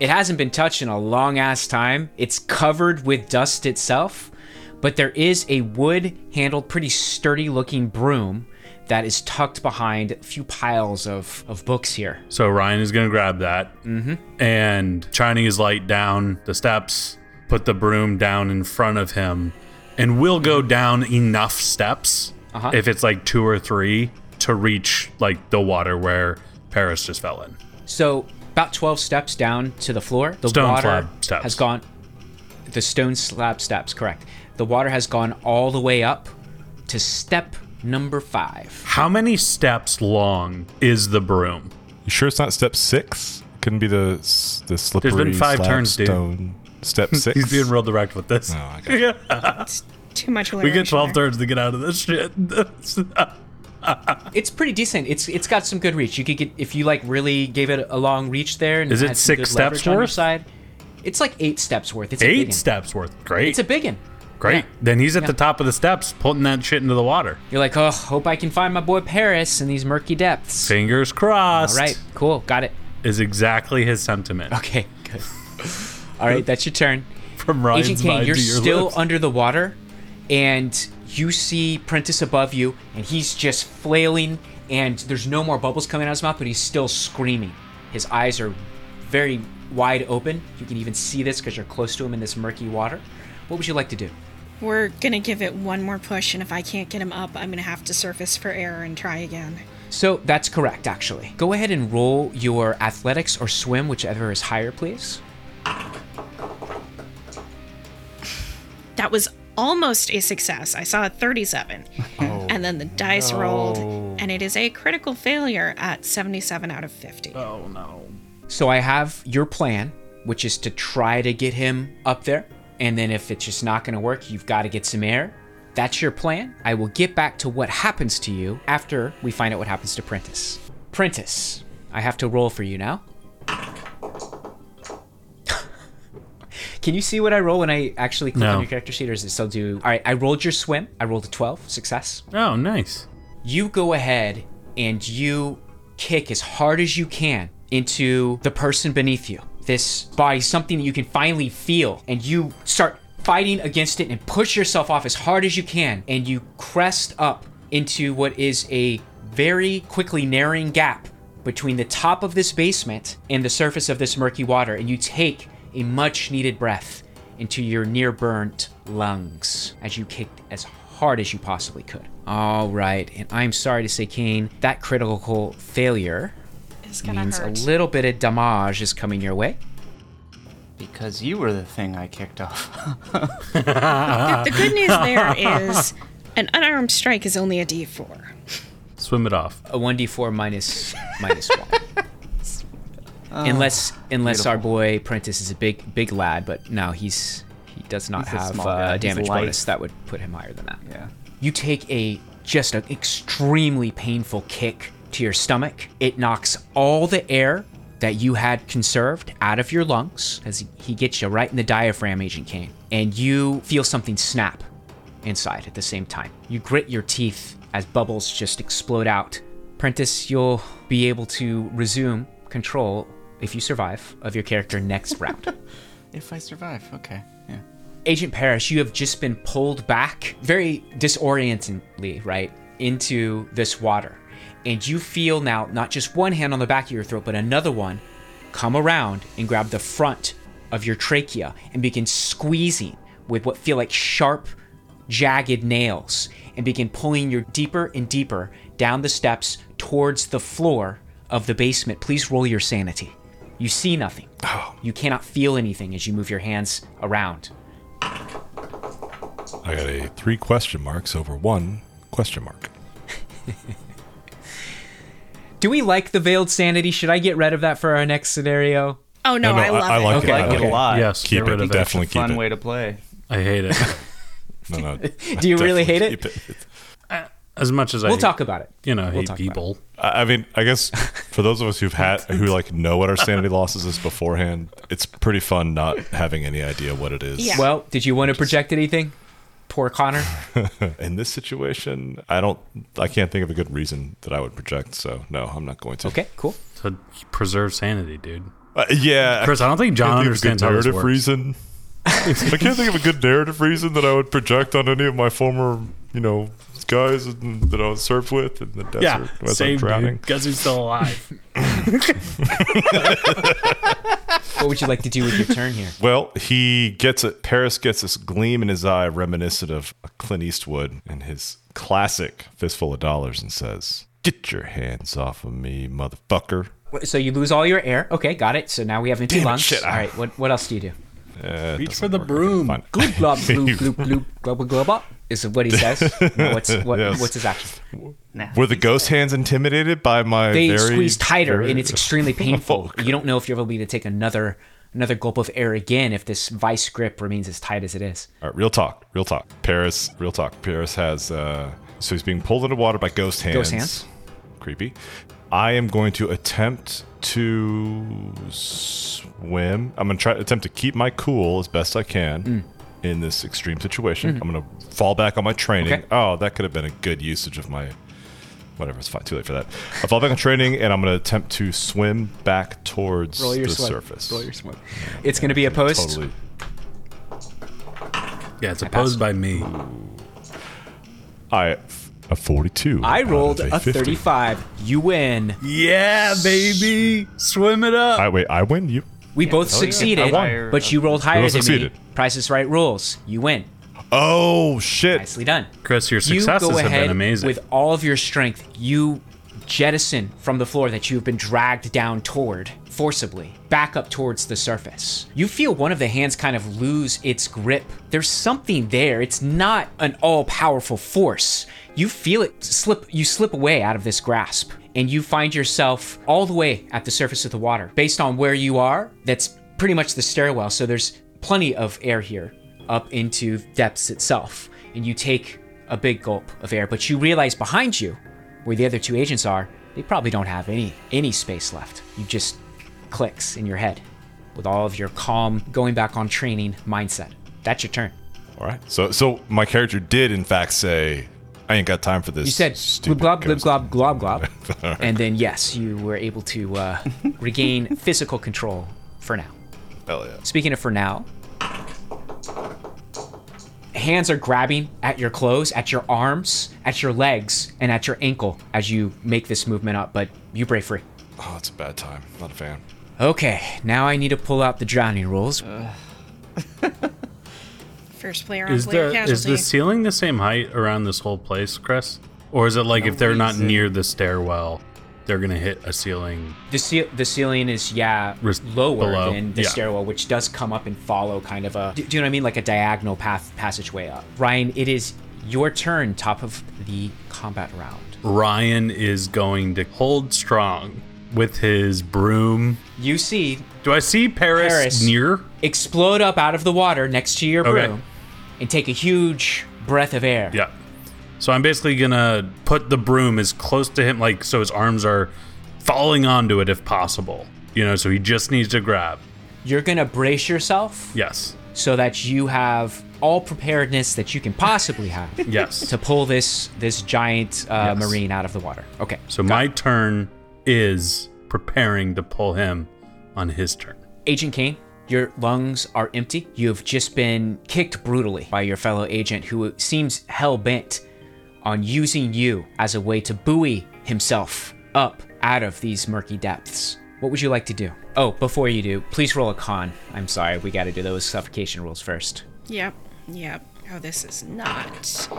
Speaker 5: It hasn't been touched in a long ass time. It's covered with dust itself, but there is a wood handled, pretty sturdy looking broom that is tucked behind a few piles of, of books here.
Speaker 4: So Ryan is gonna grab that
Speaker 5: Mm-hmm.
Speaker 4: and shining his light down the steps, put the broom down in front of him, and will go down enough steps
Speaker 5: Uh-huh.
Speaker 4: if it's like two or three to reach like the water where Paris just fell in.
Speaker 5: So, about 12 steps down to the floor, the
Speaker 4: Stone
Speaker 5: water
Speaker 4: slab steps.
Speaker 5: has gone. The stone slab steps, correct. The water has gone all the way up to step number five.
Speaker 4: How many steps long is the broom?
Speaker 7: You sure it's not step six? Couldn't be the s- the slippery.
Speaker 4: five
Speaker 7: slab
Speaker 4: turns, dude.
Speaker 7: stone. Step six. Oh,
Speaker 4: He's being real direct with this.
Speaker 7: I got
Speaker 6: Too much
Speaker 4: we get 12
Speaker 6: alliteration
Speaker 4: turns to get out of this shit.
Speaker 5: It's pretty decent. It's it's got some good reach. You could get if you like really gave it a long reach there. And
Speaker 4: Is it
Speaker 5: had some
Speaker 4: six
Speaker 5: good
Speaker 4: steps
Speaker 5: leverage on your
Speaker 4: worth?
Speaker 5: side. It's like eight steps worth. It's a
Speaker 4: Eight
Speaker 5: biggin.
Speaker 4: steps worth. Great.
Speaker 5: It's a big one.
Speaker 4: Great.
Speaker 5: yeah.
Speaker 4: Then he's at the top of the steps putting that shit into the water.
Speaker 5: You're like, oh, hope I can find my boy Paris in these murky depths.
Speaker 4: Fingers crossed.
Speaker 5: All right, cool, got it.
Speaker 4: Is exactly his sentiment.
Speaker 5: Okay, good. All right, that's your turn.
Speaker 4: From Ryan's
Speaker 5: Agent Kane,
Speaker 4: mind
Speaker 5: you're
Speaker 4: to your
Speaker 5: still
Speaker 4: lips.
Speaker 5: under the water, and you see Prentice above you, and he's just flailing, and there's no more bubbles coming out of his mouth, but he's still screaming. His eyes are very wide open. You can even see this because you're close to him in this murky water. What would you like to do?
Speaker 6: We're gonna give it one more push, and if I can't get him up, I'm gonna have to surface for air and try again.
Speaker 5: So that's correct, actually. Go ahead and roll your athletics or swim, whichever is higher, please.
Speaker 6: That was almost a success. I saw a 37. and then the dice rolled, and it is a critical failure at 77 out of 50.
Speaker 4: Oh.
Speaker 5: So I have your plan, which is to try to get him up there. And then if it's just not going to work, you've got to get some air. That's your plan. I will get back to what happens to you after we find out what happens to Prentice. Prentice, I have to roll for you now. Can you see what I roll when I actually click
Speaker 4: No.
Speaker 5: on your character sheet, or is it still do? All right, I rolled your swim. I rolled a 12, success
Speaker 4: Oh, nice.
Speaker 5: you go ahead and you kick as hard as you can into the person beneath you. This body, something that you can finally feel, and you start fighting against it and push yourself off as hard as you can, and you crest up into what is a very quickly narrowing gap between the top of this basement and the surface of this murky water, and you take a much needed breath into your near burnt lungs as you kicked as hard as you possibly could. All right, and I'm sorry to say, Kane, that critical failure
Speaker 6: It's gonna
Speaker 5: means
Speaker 6: hurt.
Speaker 5: a little bit of damage is coming your way.
Speaker 8: Because you were the thing I kicked off.
Speaker 6: the good news there is an unarmed strike is only a d4.
Speaker 4: Swim it off.
Speaker 5: A one d four minus minus one.
Speaker 8: Oh,
Speaker 5: unless unless our boy Prentice is a big big lad, but no, he's he does not
Speaker 8: He's a
Speaker 5: have
Speaker 8: small
Speaker 5: uh,
Speaker 8: guy.
Speaker 5: a damage
Speaker 8: He's light.
Speaker 5: bonus that would put him higher than that.
Speaker 8: Yeah.
Speaker 5: You take a just an extremely painful kick to your stomach. It knocks all the air that you had conserved out of your lungs as he gets you right in the diaphragm, Agent Kane, and you feel something snap inside at the same time. You grit your teeth as bubbles just explode out. Prentice, you'll be able to resume control if you survive of your character next round.
Speaker 8: If I survive, okay. Yeah.
Speaker 5: Agent Parrish, you have just been pulled back very disorientingly, right, into this water. And you feel now not just one hand on the back of your throat, but another one come around and grab the front of your trachea and begin squeezing with what feel like sharp, jagged nails and begin pulling you deeper and deeper down the steps towards the floor of the basement. Please roll your sanity. You see nothing. You cannot feel anything as you move your hands around.
Speaker 7: I got a three question marks over one question mark.
Speaker 5: Do we like the veiled sanity? Should I get rid of that for our next scenario?
Speaker 6: Oh no,
Speaker 7: No, no,
Speaker 6: I love
Speaker 7: I- I
Speaker 6: it.
Speaker 7: like it. I
Speaker 8: like it
Speaker 7: Okay.
Speaker 8: a lot.
Speaker 4: Yes,
Speaker 7: Keep
Speaker 4: get
Speaker 7: it.
Speaker 4: rid of
Speaker 7: Definitely keep
Speaker 8: Fun
Speaker 7: it.
Speaker 8: way to play.
Speaker 4: I hate it
Speaker 7: No, no,
Speaker 5: Do you really
Speaker 7: definitely
Speaker 5: hate it?
Speaker 7: keep it.
Speaker 4: as much as I.
Speaker 5: We'll talk about it.
Speaker 4: You know,
Speaker 5: We'll
Speaker 4: hate
Speaker 5: talk about it.
Speaker 4: people.
Speaker 7: I I mean, I guess for those of us who've had who like know what our sanity losses is beforehand, it's pretty fun not having any idea what it is.
Speaker 6: Yeah.
Speaker 5: Well, did you want to project anything? Poor Connor.
Speaker 7: In this situation, I don't. I can't think of a good reason that I would project. So no, I'm not going to.
Speaker 5: Okay, cool.
Speaker 4: To preserve sanity, dude.
Speaker 7: Uh, yeah.
Speaker 4: Chris, I don't think John
Speaker 7: can't
Speaker 4: understands
Speaker 7: think
Speaker 4: how
Speaker 7: of a
Speaker 4: this
Speaker 7: good narrative
Speaker 4: works.
Speaker 7: reason. I can't think of a good narrative reason that I would project on any of my former, you know, guys and- that I was served with in the desert as I'm drowning.
Speaker 4: because he's still alive.
Speaker 5: What would you like to do with your turn here?
Speaker 7: Well, he gets it. Paris gets this gleam in his eye, reminiscent of Clint Eastwood and his classic fistful of dollars, and says, "Get your hands off of me, motherfucker!"
Speaker 5: Wait, So you lose all your air. Okay, got it. So now we have empty
Speaker 7: Damn it,
Speaker 5: lungs.
Speaker 7: shit, I-
Speaker 5: all right. What what else do you do?
Speaker 7: Eh, it
Speaker 4: Reach
Speaker 7: doesn't
Speaker 4: for the
Speaker 7: work. Okay,
Speaker 4: broom.
Speaker 7: fine.
Speaker 5: Gloop glob gloop gloop gloop glob glob glob is what he says. No, what's what,
Speaker 7: Yes.
Speaker 5: what's his action?
Speaker 7: Were the ghost hands intimidated by my?
Speaker 5: They
Speaker 7: very,
Speaker 5: squeeze tighter,
Speaker 7: very-
Speaker 5: and it's extremely painful.
Speaker 7: Oh,
Speaker 5: you don't know if you're able to be to take another another gulp of air again if this vice grip remains as tight as it is.
Speaker 7: All right, real talk, real talk. Paris, real talk. Paris has uh, so he's being pulled into water by ghost hands.
Speaker 5: Ghost hands.
Speaker 7: Creepy. I am going to attempt to swim. I'm going to try attempt to keep my cool as best I can in this extreme situation. I'm going to fall back on my training.
Speaker 5: Mm. Mm-hmm. Okay.
Speaker 7: Oh, that could have been a good usage of my whatever. It's fine. Too late for that. I fall back on training, and I'm going to attempt to swim back towards
Speaker 5: Roll your
Speaker 7: the
Speaker 5: swim.
Speaker 7: surface.
Speaker 5: Roll your swim. It's going to be a post.
Speaker 7: Totally.
Speaker 4: Yeah, it's opposed by me.
Speaker 7: I a 42.
Speaker 5: I
Speaker 7: out of
Speaker 5: rolled a
Speaker 7: 50.
Speaker 5: 35. You win.
Speaker 4: Yeah, baby, swim it up.
Speaker 7: I wait. I win. You.
Speaker 5: We both succeeded,
Speaker 8: I won.
Speaker 5: but you rolled higher than
Speaker 7: succeeded.
Speaker 5: me. Price is right rules. You win.
Speaker 7: Oh shit!
Speaker 5: Nicely done.
Speaker 4: Chris, your
Speaker 5: You
Speaker 4: successes
Speaker 5: go
Speaker 4: have
Speaker 5: ahead
Speaker 4: been amazing.
Speaker 5: with all of your strength. You jettison from the floor that you've been dragged down toward forcibly back up towards the surface. You feel one of the hands kind of lose its grip. There's something there. It's not an all-powerful force. You feel it slip you slip away out of this grasp and you find yourself all the way at the surface of the water. Based on where you are, that's pretty much the stairwell, so there's plenty of air here up into depths itself. And you take a big gulp of air, but you realize behind you, where the other two agents are, they probably don't have any any space left. You just clicks in your head with all of your calm going back on training mindset. That's your turn.
Speaker 7: All right. So so my character did in fact say, "I ain't got time for this."
Speaker 5: You said
Speaker 7: stupid
Speaker 5: glib glob glib
Speaker 7: ghost."
Speaker 5: glob glob glob, and then yes, you were able to uh, regain physical control for now.
Speaker 7: Hell yeah.
Speaker 5: Speaking of for now, hands are grabbing at your clothes, at your arms, at your legs, and at your ankle as you make this movement up, but you break free.
Speaker 7: Oh, it's a bad time. Not a fan.
Speaker 5: Okay, now I need to pull out the drowning rules.
Speaker 6: First player on
Speaker 4: is
Speaker 6: player
Speaker 4: the
Speaker 6: casualty.
Speaker 4: is the ceiling the same height around this whole place, Chris? Or is it like if they're not near the stairwell, they're gonna hit a ceiling.
Speaker 5: The, ceil- the ceiling is yeah
Speaker 4: Res-
Speaker 5: lower
Speaker 4: below,
Speaker 5: than the
Speaker 4: yeah.
Speaker 5: stairwell, which does come up and follow kind of a do, do you know what I mean, like a diagonal path passageway up. Ryan, it is your turn, top of the combat round.
Speaker 4: Ryan is going to hold strong with his broom.
Speaker 5: You see
Speaker 4: Do I see Paris,
Speaker 5: Paris.
Speaker 4: near?
Speaker 5: explode up out of the water next to your
Speaker 4: Okay.
Speaker 5: broom, and take a huge breath of air.
Speaker 4: Yeah. So I'm basically gonna put the broom as close to him, like so his arms are falling onto it if possible. You know, so he just needs to grab.
Speaker 5: You're gonna brace yourself
Speaker 4: Yes.
Speaker 5: so that you have all preparedness that you can possibly have
Speaker 4: Yes.
Speaker 5: to pull this this giant uh,
Speaker 4: Yes.
Speaker 5: marine out of the water. Okay.
Speaker 4: so my turn is preparing to pull him on his turn.
Speaker 5: Agent Kane, your lungs are empty. You have just been kicked brutally by your fellow agent who seems hell bent on using you as a way to buoy himself up out of these murky depths. What would you like to do? Oh, before you do, please roll a con. I'm sorry, we gotta do those suffocation rules first.
Speaker 6: Yep. Yep. Oh, this is not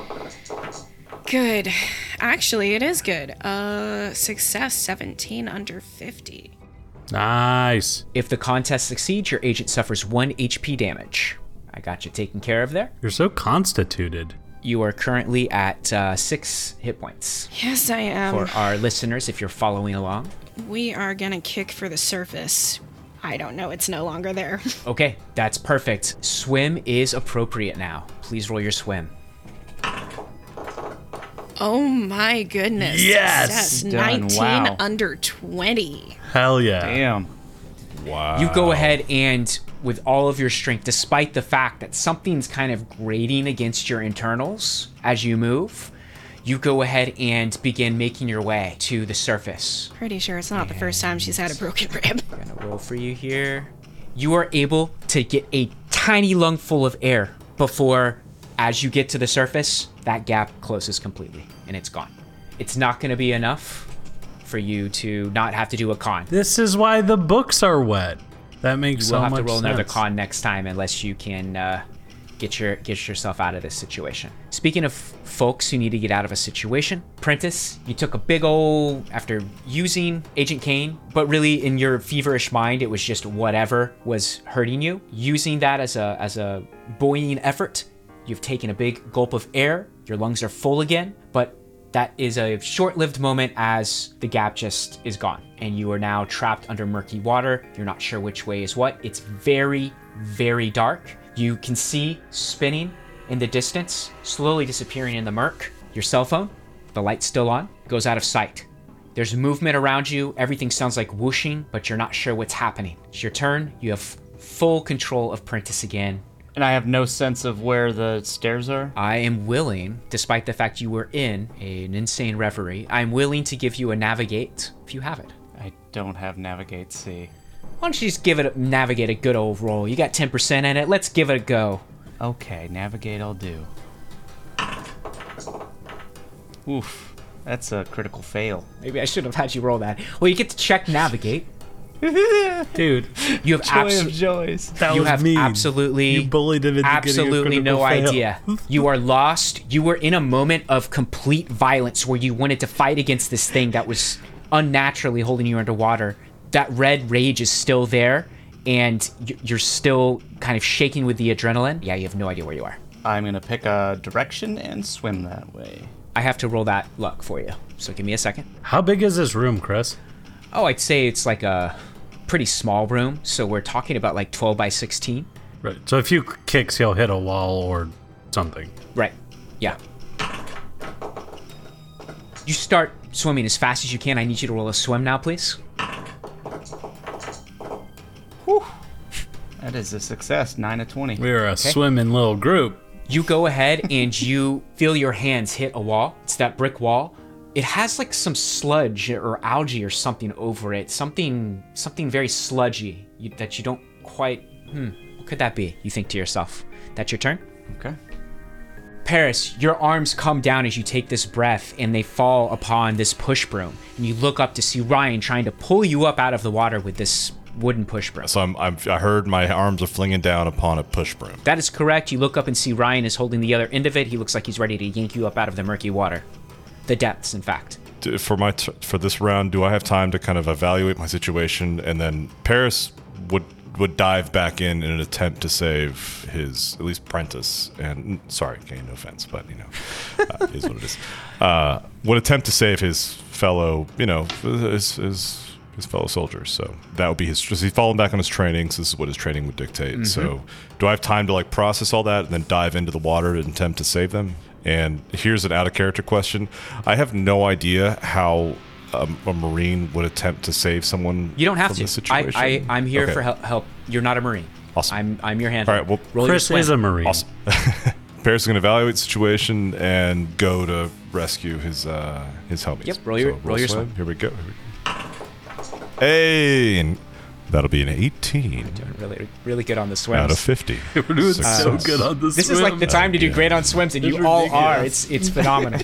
Speaker 6: good. Actually, it is good. Uh, success 17 under 50.
Speaker 4: Nice.
Speaker 5: If the contest succeeds, your agent suffers 1 HP damage. I got you taken care of there.
Speaker 4: You're so constituted.
Speaker 5: You are currently at uh, 6 hit points.
Speaker 6: Yes, I am.
Speaker 5: For our listeners, if you're following along,
Speaker 6: We are gonna kick for the surface. I don't know, it's no longer there.
Speaker 5: Okay, that's perfect. Swim is appropriate now. Please roll your swim.
Speaker 6: oh my goodness.
Speaker 4: Yes!
Speaker 6: Success
Speaker 8: Done.
Speaker 6: 19
Speaker 8: Wow.
Speaker 6: under 20.
Speaker 4: Hell yeah.
Speaker 8: Damn.
Speaker 7: Wow.
Speaker 5: You go ahead and, with all of your strength, despite the fact that something's kind of grating against your internals as you move, you go ahead and begin making your way to the surface.
Speaker 6: Pretty sure it's not the first time she's had a broken rib.
Speaker 5: I'm gonna roll for you here. You are able to get a tiny lungful of air before, as you get to the surface, that gap closes completely and it's gone. It's not gonna be enough for you to not have to do a con.
Speaker 4: This is why the books are wet. That makes
Speaker 5: We'll
Speaker 4: so
Speaker 5: have
Speaker 4: much
Speaker 5: to roll another
Speaker 4: sense.
Speaker 5: con next time unless you can uh, get your get yourself out of this situation. Speaking of folks who need to get out of a situation, Prentice, you took a big ol' after using Agent Kane, but really in your feverish mind, it was just whatever was hurting you. Using that as a as a buoying effort, you've taken a big gulp of air. Your lungs are full again, but that is a short lived moment as the gap just is gone, and you are now trapped under murky water. You're not sure which way is what. It's very, very dark. You can see spinning in the distance, slowly disappearing in the murk. Your cell phone, the light's still on, goes out of sight. There's movement around you. Everything sounds like whooshing, but you're not sure what's happening. It's your turn. You have full control of Prentice again.
Speaker 8: And I have no sense of where the stairs are.
Speaker 5: I am willing, despite the fact you were in an insane reverie, I'm willing to give you a navigate if you have it.
Speaker 8: I don't have navigate C.
Speaker 5: Why don't you just give it a navigate a good old roll? You got 10% in it. Let's give it a go.
Speaker 8: Okay, navigate I'll do. Oof. That's a critical fail.
Speaker 5: Maybe I should have had you roll that. Well, you get to check navigate.
Speaker 4: Dude,
Speaker 5: You have
Speaker 8: Joy of
Speaker 5: absolutely
Speaker 8: joys.
Speaker 4: that
Speaker 5: you
Speaker 4: was
Speaker 5: have
Speaker 4: mean.
Speaker 5: absolutely
Speaker 4: You bullied him into getting a
Speaker 5: absolutely no
Speaker 4: critical fail.
Speaker 5: idea. You are lost. You were in a moment of complete violence where you wanted to fight against this thing that was unnaturally holding you underwater. That red rage is still there, and y- you're still kind of shaking with the adrenaline. Yeah, you have no idea where you are.
Speaker 8: I'm gonna pick a direction and swim that way.
Speaker 5: I have to roll that luck for you. So give me a second.
Speaker 4: How big is this room, Chris?
Speaker 5: Oh, I'd say it's like a pretty small room. So we're talking about like 12 by 16.
Speaker 4: Right. So a few kicks, he'll hit a wall or something.
Speaker 5: Right. Yeah. You start swimming as fast as you can. I need you to roll a swim now, please.
Speaker 8: That is a success. Nine of twenty.
Speaker 4: We are a swimming little group.
Speaker 5: You go ahead and you feel your hands hit a wall. It's that brick wall. It has like some sludge or algae or something over it. Something something very sludgy you, that you don't quite hmm what could that be? You think to yourself. That's your turn?
Speaker 8: Okay.
Speaker 5: Paris, your arms come down as you take this breath and they fall upon this push broom. And you look up to see Ryan trying to pull you up out of the water with this wooden push broom.
Speaker 7: So I'm, I'm, I heard my arms are flinging down upon a push broom.
Speaker 5: That is correct. You look up and see Ryan is holding the other end of it. He looks like he's ready to yank you up out of the murky water. The depths, in fact.
Speaker 7: d- for my t- for this round, do I have time to kind of evaluate my situation? And then Paris would would dive back in in an attempt to save his at least Prentice. And sorry, Kane, no offense, but you know, uh, it is what it is. Uh, would attempt to save his fellow, you know, his his, his fellow soldiers. So that would be his. He's falling back on his training. So this is what his training would dictate.
Speaker 5: Mm-hmm.
Speaker 7: So do I have time to like process all that and then dive into the water and attempt to save them? And here's an out of character question. I have no idea how um, a marine would attempt to save someone.
Speaker 5: You don't have
Speaker 7: from this
Speaker 5: to.
Speaker 7: situation.
Speaker 5: I, I, I'm here
Speaker 7: Okay.
Speaker 5: for help, help. You're not a Marine.
Speaker 7: Awesome.
Speaker 5: I'm, I'm your hand.
Speaker 7: All right, well,
Speaker 5: Roll your
Speaker 4: Chris
Speaker 5: swim.
Speaker 4: is a Marine.
Speaker 7: Awesome. Paris is going to evaluate the situation and go to rescue his uh, his homies.
Speaker 5: Yep, roll your- roll your swim.
Speaker 7: Here we go. Here we go. Hey, and that'll be an 18
Speaker 5: Doing really, really good on the swims.
Speaker 7: out of 50.
Speaker 4: We're doing so
Speaker 7: Success.
Speaker 4: good on this.
Speaker 5: this is like the time to do
Speaker 7: Yeah.
Speaker 5: great on swims, and you all are. It's it's phenomenal.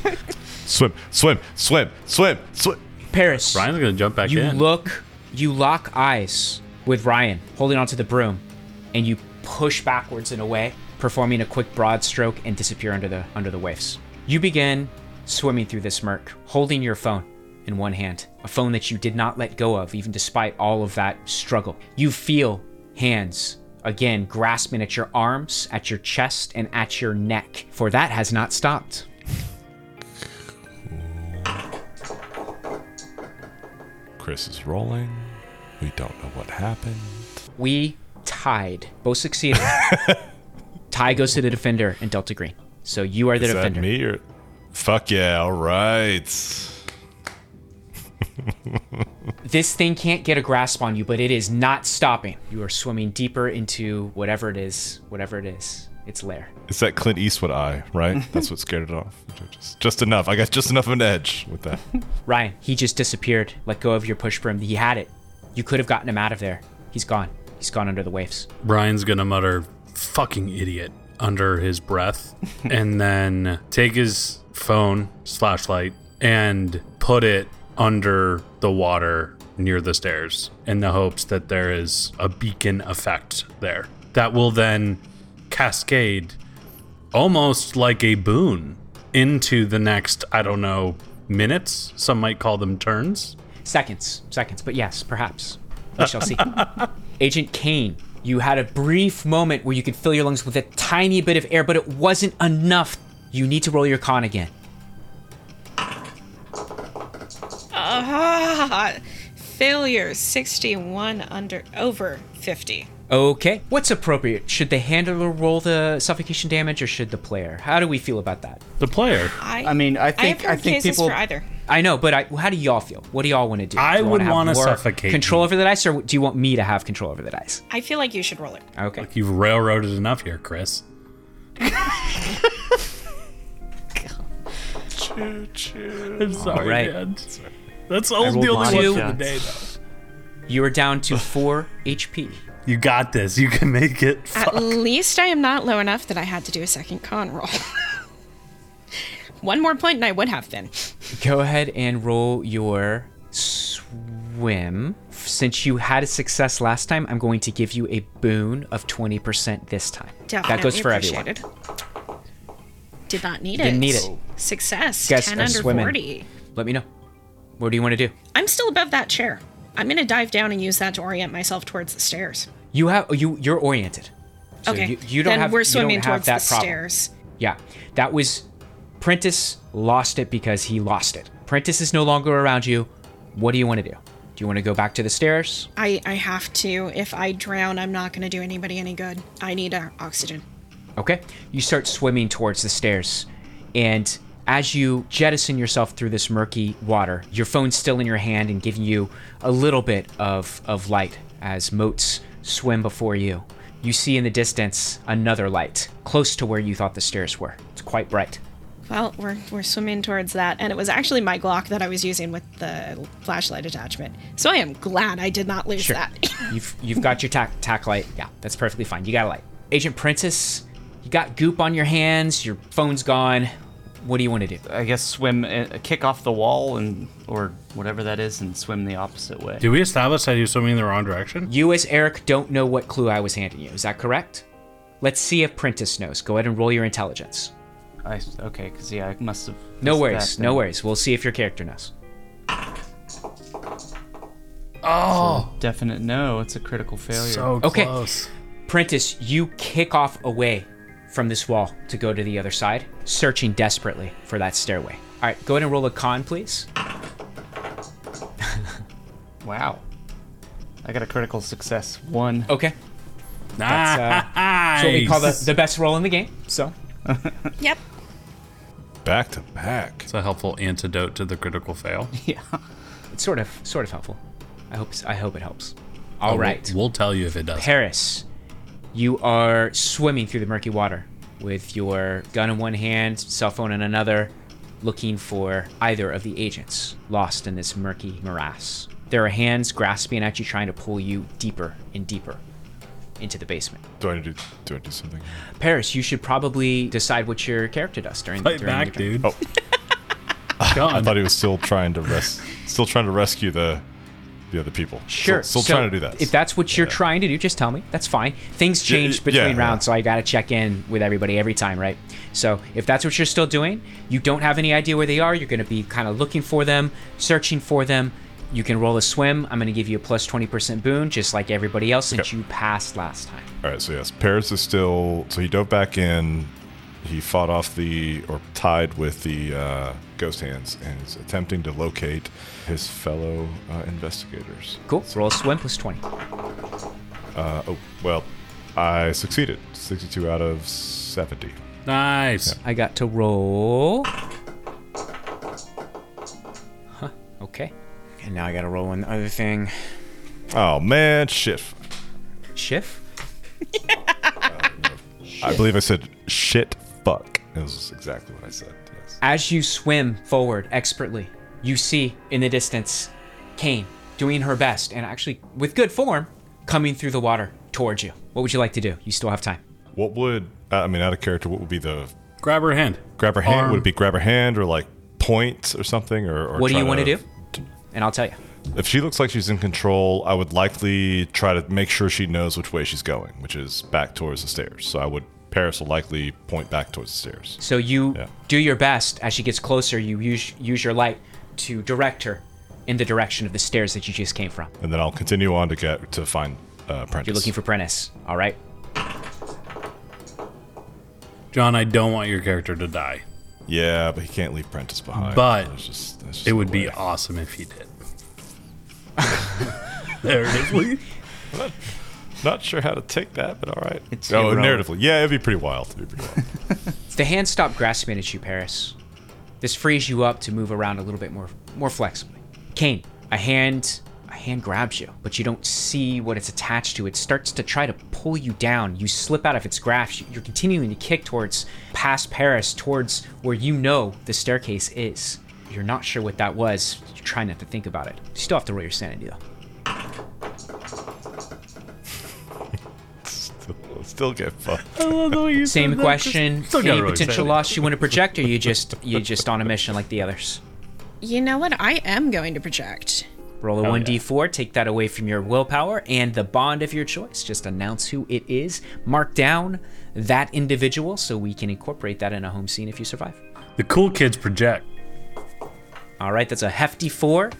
Speaker 7: Swim, swim, swim, swim, swim.
Speaker 5: Paris,
Speaker 4: Ryan's gonna jump back
Speaker 5: you
Speaker 4: in.
Speaker 5: look, you lock eyes with Ryan holding onto the broom, and you push backwards and away, performing a quick broad stroke and disappear under the under the waves. You begin swimming through this murk, holding your phone in one hand, a phone that you did not let go of, even despite all of that struggle. You feel hands again grasping at your arms, at your chest, and at your neck, for that has not stopped.
Speaker 7: Chris is rolling. We don't know what happened.
Speaker 5: We tied. Both succeeded. Tie goes to the defender and Delta Green. So you are the
Speaker 7: Is that
Speaker 5: defender.
Speaker 7: me or? Fuck yeah! All right.
Speaker 5: This thing can't get a grasp on you, but it is not stopping. You are swimming deeper into whatever it is, whatever it is, its lair.
Speaker 7: It's that Clint Eastwood eye, right? That's what scared it off. Just, just enough. I got just enough of an edge with that.
Speaker 5: Ryan, he just disappeared. Let go of your push broom. He had it. You could have gotten him out of there. He's gone. He's gone under the waves.
Speaker 4: Brian's gonna mutter "fucking idiot" under his breath, and then take his phone flashlight and put it under the water near the stairs, in the hopes that there is a beacon effect there that will then cascade almost like a boon into the next I don't know minutes. Some might call them turns.
Speaker 5: Seconds, seconds, but yes, perhaps. We shall see. Agent Kane, you had a brief moment where you could fill your lungs with a tiny bit of air, but it wasn't enough. You need to roll your con again.
Speaker 6: Ah, failure 61 under over 50.
Speaker 5: Okay. What's appropriate? Should the handler roll the suffocation damage or should the player? How do we feel about that?
Speaker 4: The player.
Speaker 6: I,
Speaker 8: I mean, I think-
Speaker 6: I've heard
Speaker 8: I think
Speaker 6: cases
Speaker 8: people-
Speaker 6: for either.
Speaker 5: I know, but I, how do y'all feel? What do y'all want to do?
Speaker 4: I
Speaker 5: Do you
Speaker 4: would
Speaker 5: wanna have
Speaker 4: wanna
Speaker 5: more
Speaker 4: suffocate
Speaker 5: Control
Speaker 4: you.
Speaker 5: over the dice, or do you want me to have control over the dice?
Speaker 6: I feel like you should roll it.
Speaker 5: Okay.
Speaker 4: You've railroaded enough here, Chris. I'm sorry,
Speaker 5: Alright.
Speaker 4: man. That's all, the only
Speaker 5: rolled
Speaker 4: one
Speaker 5: two.
Speaker 4: for the day, though.
Speaker 5: You are down to four HP.
Speaker 4: You got this. You can make it.
Speaker 6: At least I am not low enough that I had to do a second con roll. One more point and I would have been.
Speaker 5: Go ahead and roll your swim. Since you had a success last time, I'm going to give you a boon of 20% this time.
Speaker 6: Definitely
Speaker 5: that goes for everyone.
Speaker 6: appreciated. Did not need it.
Speaker 5: Didn't need it.
Speaker 6: Success.
Speaker 5: Guys
Speaker 6: 10
Speaker 5: are
Speaker 6: under
Speaker 5: swimming.
Speaker 6: 40.
Speaker 5: Let me know. What do you want to do?
Speaker 6: I'm still above that chair. I'm going to dive down and use that to orient myself towards the stairs.
Speaker 5: You have you you're oriented. So
Speaker 6: okay.
Speaker 5: You, you don't
Speaker 6: then
Speaker 5: have
Speaker 6: we're
Speaker 5: you don't
Speaker 6: swimming
Speaker 5: have
Speaker 6: towards
Speaker 5: that
Speaker 6: the
Speaker 5: problem.
Speaker 6: stairs.
Speaker 5: Yeah, that was Prentice lost it because he lost it. Prentice is no longer around you. What do you want to do? Do you want to go back to the stairs?
Speaker 6: I, I have to. If I drown, I'm not going to do anybody any good. I need uh, oxygen.
Speaker 5: Okay. You start swimming towards the stairs. And as you jettison yourself through this murky water, your phone's still in your hand and giving you a little bit of, of light as moats swim before you. You see in the distance another light close to where you thought the stairs were. It's quite bright.
Speaker 6: Well, we're, we're swimming towards that, and it was actually my Glock that I was using with the flashlight attachment. So I am glad I did not lose that.
Speaker 5: You've you've got your tack tack light. Yeah, that's perfectly fine. You got a light. Agent Princess, you got goop on your hands. Your phone's gone. What do you want to do?
Speaker 8: I guess swim, uh, kick off the wall and or whatever that is, and swim the opposite way.
Speaker 4: Did we establish that he was swimming in the wrong direction?
Speaker 5: You as Eric don't know what clue I was handing you. Is that correct? Let's see if Prentice knows. Go ahead and roll your intelligence.
Speaker 8: I, okay, because yeah, I must have.
Speaker 5: No
Speaker 8: missed
Speaker 5: worries.
Speaker 8: that
Speaker 5: No
Speaker 8: then.
Speaker 5: worries. We'll see if your character knows.
Speaker 4: Oh,
Speaker 8: Definite no. It's a critical failure.
Speaker 7: Oh,
Speaker 4: so
Speaker 5: Okay.
Speaker 4: close.
Speaker 5: Prentice, you kick off away from this wall to go to the other side, searching desperately for that stairway. All right, go ahead and roll a con, please.
Speaker 8: wow. I got a critical success. One.
Speaker 5: Okay.
Speaker 4: Nice.
Speaker 5: That's what we call the, the best roll in the game. So,
Speaker 6: Yep.
Speaker 7: Back to back.
Speaker 4: it's a helpful antidote to the critical fail.
Speaker 5: it's sort of sort of helpful. I hope I hope it helps.
Speaker 4: All
Speaker 5: All right.
Speaker 4: We'll, we'll tell you if it does.
Speaker 5: Paris, you are swimming through the murky water with your gun in one hand, cell phone in another, looking for either of the agents lost in this murky morass. There are hands grasping at you, trying to pull you deeper and deeper into the basement.
Speaker 7: Do I do, do, I do something?
Speaker 5: Paris, you should probably decide what your character does during,
Speaker 4: Fight
Speaker 5: during
Speaker 4: back,
Speaker 5: your turn.
Speaker 4: dude.
Speaker 7: Oh. I
Speaker 4: Gone.
Speaker 7: thought he was still trying to res- still trying to rescue the the other people.
Speaker 5: Sure.
Speaker 7: Still,
Speaker 5: so
Speaker 7: still trying to do that.
Speaker 5: If that's what you're trying to do, just tell me. That's fine. Things
Speaker 7: Yeah,
Speaker 5: change
Speaker 7: yeah,
Speaker 5: between
Speaker 7: yeah.
Speaker 5: rounds, so I got to check in with everybody every time, right? So if that's what you're still doing, you don't have any idea where they are. You're going to be kind of looking for them, searching for them. You can roll a swim. I'm going to give you a plus 20% boon, just like everybody else, since
Speaker 7: Okay.
Speaker 5: you passed last time.
Speaker 7: All right, so yes, Paris is still. So he dove back in. He fought off the or tied with the uh, ghost hands and is attempting to locate his fellow uh, investigators.
Speaker 5: Cool. Roll a swim plus 20.
Speaker 7: Uh, oh well, I succeeded. Sixty-two out of seventy.
Speaker 4: nice.
Speaker 5: I got to roll. Huh. Okay. And now I got to roll one other thing.
Speaker 7: Oh man, shit!
Speaker 5: Shift.
Speaker 7: I believe I said shit. Fuck. It was exactly what I said. Yes.
Speaker 5: As you swim forward expertly, you see in the distance Kane doing her best and actually with good form coming through the water towards you. What would you like to do? You still have time.
Speaker 7: What would uh, I mean? Out of character, what would be the
Speaker 4: Grab her hand.
Speaker 7: grab her hand?
Speaker 4: Arm.
Speaker 7: Would it be grab her hand or like point or something? Or, or
Speaker 5: What do
Speaker 7: try
Speaker 5: you want to
Speaker 7: to
Speaker 5: do? And I'll tell you.
Speaker 7: If she looks like she's in control, I would likely try to make sure she knows which way she's going, which is back towards the stairs. So I would Paris will likely point back towards the stairs.
Speaker 5: So you
Speaker 7: Yeah.
Speaker 5: do your best as she gets closer. You use use your light to direct her in the direction of the stairs that you just came from.
Speaker 7: And then I'll continue on to get to find uh Prentice.
Speaker 5: You're looking for Prentice. All right.
Speaker 4: John, I don't want your character to die.
Speaker 7: Yeah, but he can't leave Prentice behind.
Speaker 4: But
Speaker 7: There's just, there's just
Speaker 4: It
Speaker 7: no
Speaker 4: would be
Speaker 7: way.
Speaker 4: awesome if he did. Narratively.
Speaker 7: Not sure how to take that, but all right.
Speaker 8: It's
Speaker 7: oh,
Speaker 8: heroic.
Speaker 7: narratively. Yeah, it'd be pretty wild. It'd be pretty wild.
Speaker 5: The hands stop grasping at you, Paris. This frees you up to move around a little bit more more flexibly. Kane, a hand a hand grabs you, but you don't see what it's attached to. It starts to try to pull you down. You slip out of its grasp. You're continuing to kick towards past Paris, towards where you know the staircase is. You're not sure what that was. You're trying not to think about it. You still have to roll your sanity though.
Speaker 7: still, still get fucked.
Speaker 5: Same question.
Speaker 4: Still gotta
Speaker 5: Any
Speaker 4: roll your
Speaker 5: potential
Speaker 4: sanity.
Speaker 5: loss you want to project, or you just you just on a mission like the others?
Speaker 6: You know what? I am going to project.
Speaker 5: Roll a 1d4, take that away from your willpower and the bond of your choice. Just announce who it is. Mark down that individual so we can incorporate that in a home scene if you survive.
Speaker 4: The cool kids project.
Speaker 5: All right, that's a hefty four.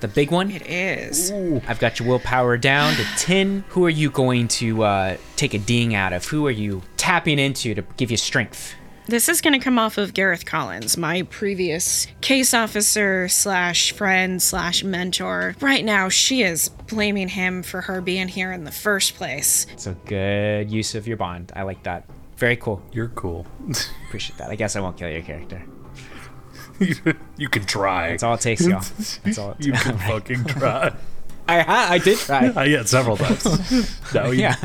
Speaker 5: The big one.
Speaker 6: It is.
Speaker 5: I've got your willpower down to 10. Who are you going to uh, take a ding out of? Who are you tapping into to give you strength?
Speaker 6: This is going to come off of Gareth Collins, my previous case officer slash friend slash mentor. Right now, she is blaming him for her being here in the first place.
Speaker 5: It's a good use of your bond. I like that. Very cool.
Speaker 4: You're cool.
Speaker 5: Appreciate that. I guess I won't kill your character.
Speaker 4: you can try.
Speaker 5: That's all it takes, y'all. That's all it
Speaker 4: you
Speaker 5: takes.
Speaker 4: can fucking try.
Speaker 5: I, ha- I did try.
Speaker 4: I yeah, several times. Now he
Speaker 5: Yeah.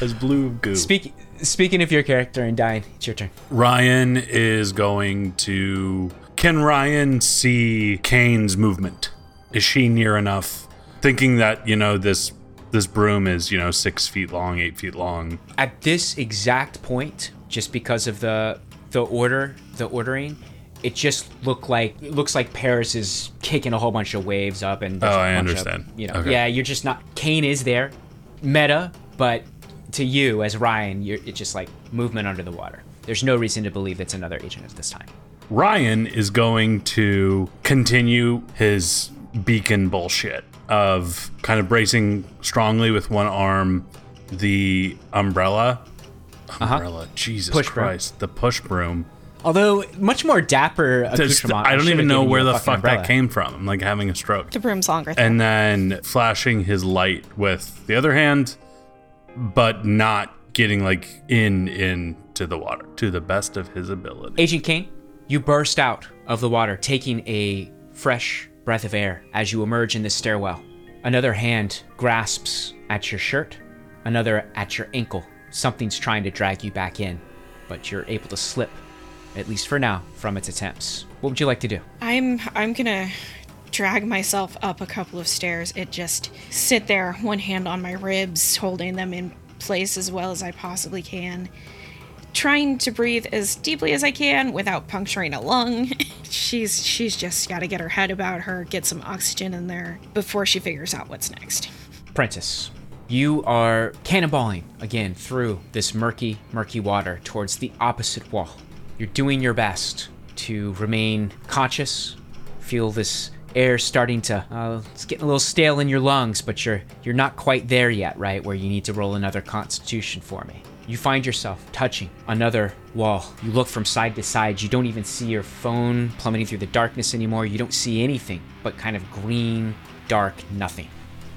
Speaker 4: has blue goo.
Speaker 5: Speak, speaking of your character and dying, it's your turn.
Speaker 4: Ryan is going to. Can Ryan see Kane's movement? Is she near enough? Thinking that you know this this broom is you know six feet long, eight feet long.
Speaker 5: At this exact point, just because of the the order, the ordering, it just looked like it looks like Paris is kicking a whole bunch of waves up and
Speaker 4: Oh, I
Speaker 5: bunch of-
Speaker 4: understand.
Speaker 5: you know,
Speaker 4: Okay.
Speaker 5: yeah, you're just not. Kane is there, meta, but to you as Ryan, you're it's just like movement under the water. There's no reason to believe it's another agent at this time.
Speaker 4: Ryan is going to continue his beacon bullshit of kind of bracing strongly with one arm the umbrella. Umbrella, Jesus
Speaker 5: Uh-huh. Push broom.
Speaker 4: Christ, the push broom.
Speaker 5: Although much more dapper
Speaker 4: That's-
Speaker 5: accoutrement.
Speaker 4: I don't
Speaker 5: should've
Speaker 4: even know
Speaker 5: given you
Speaker 4: where
Speaker 5: a
Speaker 4: the
Speaker 5: fucking
Speaker 4: fuck
Speaker 5: umbrella.
Speaker 4: that came from. I'm like having a stroke.
Speaker 6: The broom's longer. Than
Speaker 4: And then flashing his light with the other hand, but not getting like in into the water to the best of his ability.
Speaker 5: Agent Kane, you burst out of the water, taking a fresh breath of air as you emerge in this stairwell. Another hand grasps at your shirt, another at your ankle. Something's trying to drag you back in, but you're able to slip, at least for now, from its attempts. What would you like to do?
Speaker 6: I'm I'm gonna drag myself up a couple of stairs. It just sit there, one hand on my ribs, holding them in place as well as I possibly can, trying to breathe as deeply as I can without puncturing a lung. she's she's just got to get her head about her, get some oxygen in there before she figures out what's next.
Speaker 5: Prentice, you are cannonballing again through this murky, murky water towards the opposite wall. You're doing your best to remain conscious, feel this air starting to uh, it's getting a little stale in your lungs but you're you're not quite there yet right where you need to roll another constitution for me you find yourself touching another wall you look from side to side you don't even see your phone plummeting through the darkness anymore you don't see anything but kind of green dark nothing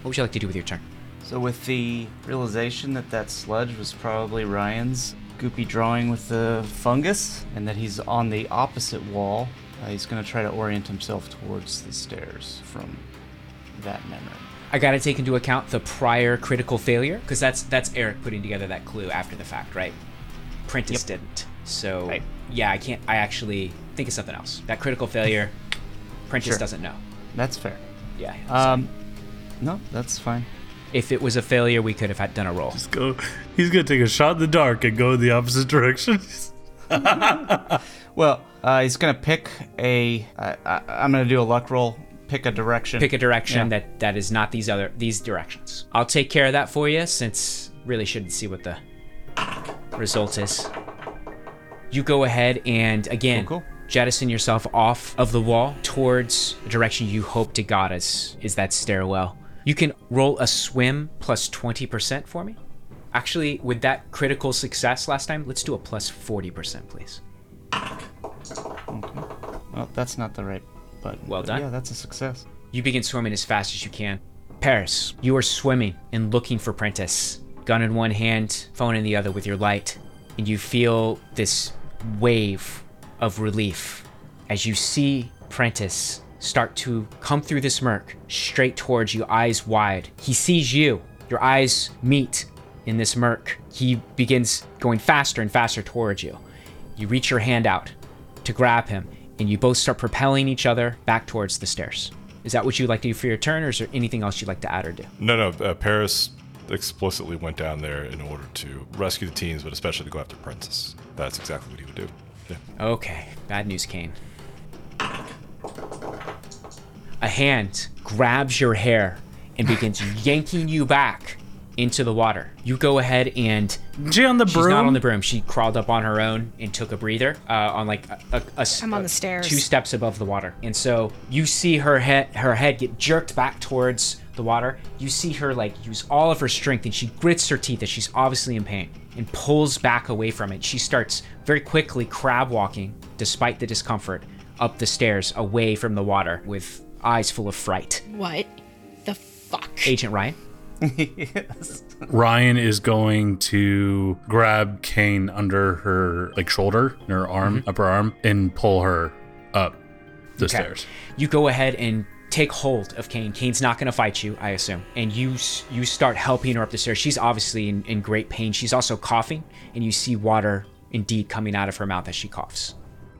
Speaker 5: what would you like to do with your turn
Speaker 8: So with the realization that that sludge was probably Ryan's goopy drawing with the fungus, and that he's on the opposite wall, uh, he's gonna try to orient himself towards the stairs from that memory.
Speaker 5: I gotta take into account the prior critical failure because that's that's Eric putting together that clue after the fact, right? Prentice didn't, so
Speaker 8: Right.
Speaker 5: yeah, I can't. I actually think of something else. That critical failure, Prentice
Speaker 8: Sure.
Speaker 5: doesn't know.
Speaker 8: That's fair.
Speaker 5: Yeah.
Speaker 8: Um, no, that's fine.
Speaker 5: if it was a failure, we could have had done a roll.
Speaker 4: Go. He's gonna take a shot in the dark and go the opposite direction.
Speaker 8: Well, uh, he's gonna pick a. I, I, I'm gonna do a luck roll. Pick a direction.
Speaker 5: Pick a direction
Speaker 8: Yeah.
Speaker 5: that that is not these other these directions. I'll take care of that for you since really shouldn't see what the result is. You go ahead and again
Speaker 8: Cool, cool.
Speaker 5: jettison yourself off of the wall towards the direction you hope to guide us is that stairwell. You can roll a swim plus 20% for me. Actually, with that critical success last time, let's do a plus 40%, please.
Speaker 8: Well, that's not the right button.
Speaker 5: Well
Speaker 8: but
Speaker 5: done.
Speaker 8: Yeah, that's a success.
Speaker 5: You begin swimming as fast as you can. Paris, you are swimming and looking for Prentice. Gun in one hand, phone in the other with your light. And you feel this wave of relief as you see Prentice start to come through this murk straight towards you, eyes wide. He sees you. Your eyes meet in this murk. He begins going faster and faster towards you. You reach your hand out to grab him, and you both start propelling each other back towards the stairs. Is that what you'd like to do for your turn, or is there anything else you'd like to add or do?
Speaker 7: No, no. Uh, Paris explicitly went down there in order to rescue the teens, but especially to go after Princess. That's exactly what he would do. Yeah.
Speaker 5: Okay, bad news, Kane. A hand grabs your hair and begins yanking you back into the water. You go ahead and
Speaker 4: She on the
Speaker 5: she's not on the broom. She crawled up on her own and took a breather uh, on like a, a, a s-
Speaker 6: I'm on
Speaker 5: a-
Speaker 6: the stairs.
Speaker 5: two steps above the water. And so you see her head her head get jerked back towards the water. You see her like use all of her strength and she grits her teeth as she's obviously in pain and pulls back away from it. She starts very quickly crab walking despite the discomfort up the stairs away from the water with eyes full of fright.
Speaker 6: What the fuck?
Speaker 5: Agent Ryan,
Speaker 8: yes.
Speaker 4: Ryan is going to grab Kane under her like shoulder, her arm, upper arm, and pull her up the stairs.
Speaker 5: you go ahead and take hold of Kane. Kane's not going to fight you, I assume. And you s- you start helping her up the stairs. She's obviously in, in great pain. She's also coughing, and you see water indeed coming out of her mouth as she coughs.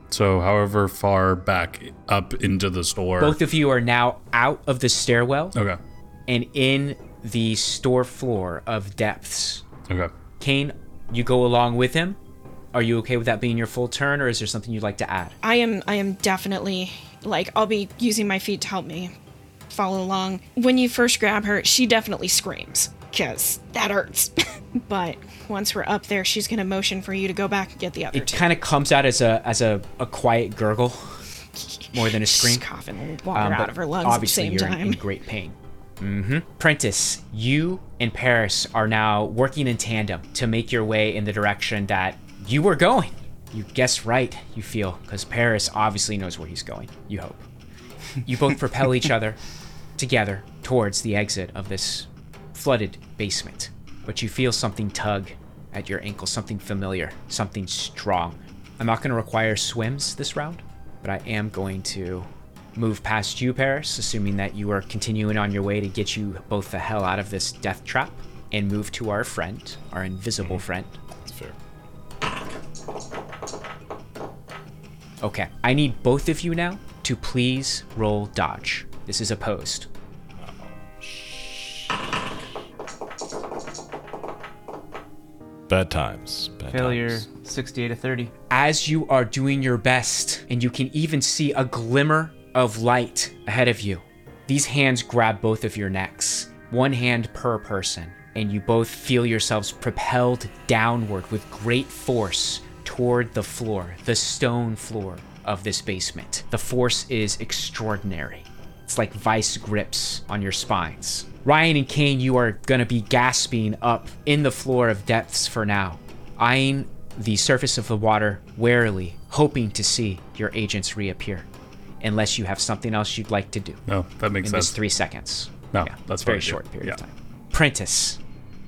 Speaker 4: So however far back up into the store.
Speaker 5: Both of you are now out of the stairwell
Speaker 4: okay.
Speaker 5: and in the store floor of depths.
Speaker 4: Okay.
Speaker 5: Kane, you go along with him. Are you okay with that being your full turn, or is there something you'd like to add?
Speaker 6: I am I am definitely like I'll be using my feet to help me follow along. When you first grab her, she definitely screams cuz that hurts. but once we're up there, she's going to motion for you to go back and get the other
Speaker 5: It
Speaker 6: two.
Speaker 5: kind of comes out as a as a, a quiet gurgle. more than a
Speaker 6: She's
Speaker 5: scream.
Speaker 6: coughing water
Speaker 5: Um,
Speaker 6: out
Speaker 5: but
Speaker 6: of her lungs at the
Speaker 5: obviously
Speaker 6: same
Speaker 5: you're in-
Speaker 6: time.
Speaker 5: in great pain. hmm Prentice, you and Paris are now working in tandem to make your way in the direction that you were going. You guess right, you feel, because Paris obviously knows where he's going, you hope. You both propel each other together towards the exit of this flooded basement, but you feel something tug at your ankle, something familiar, something strong. I'm not going to require swims this round, but I am going to move past you, Paris, assuming that you are continuing on your way to get you both the hell out of this death trap, and move to our friend, our invisible friend.
Speaker 7: That's fair.
Speaker 5: Okay, I need both of you now to please roll dodge. This is opposed.
Speaker 7: Bad times. Bad
Speaker 8: Failure
Speaker 7: times.
Speaker 8: 68 to 30.
Speaker 5: as you are doing your best, and you can even see a glimmer of light ahead of you. These hands grab both of your necks, one hand per person, and you both feel yourselves propelled downward with great force toward the floor, the stone floor of this basement. The force is extraordinary. It's like vice grips on your spines. Ryan and Kane, you are gonna be gasping up in the floor of depths for now, eyeing the surface of the water warily, hoping to see your agents reappear. Unless you have something else you'd like to do
Speaker 4: No, that makes
Speaker 5: in
Speaker 4: sense.
Speaker 5: this three seconds.
Speaker 4: No, that's
Speaker 5: very
Speaker 4: what I do.
Speaker 5: short period of
Speaker 4: Yeah.
Speaker 5: time. Prentice,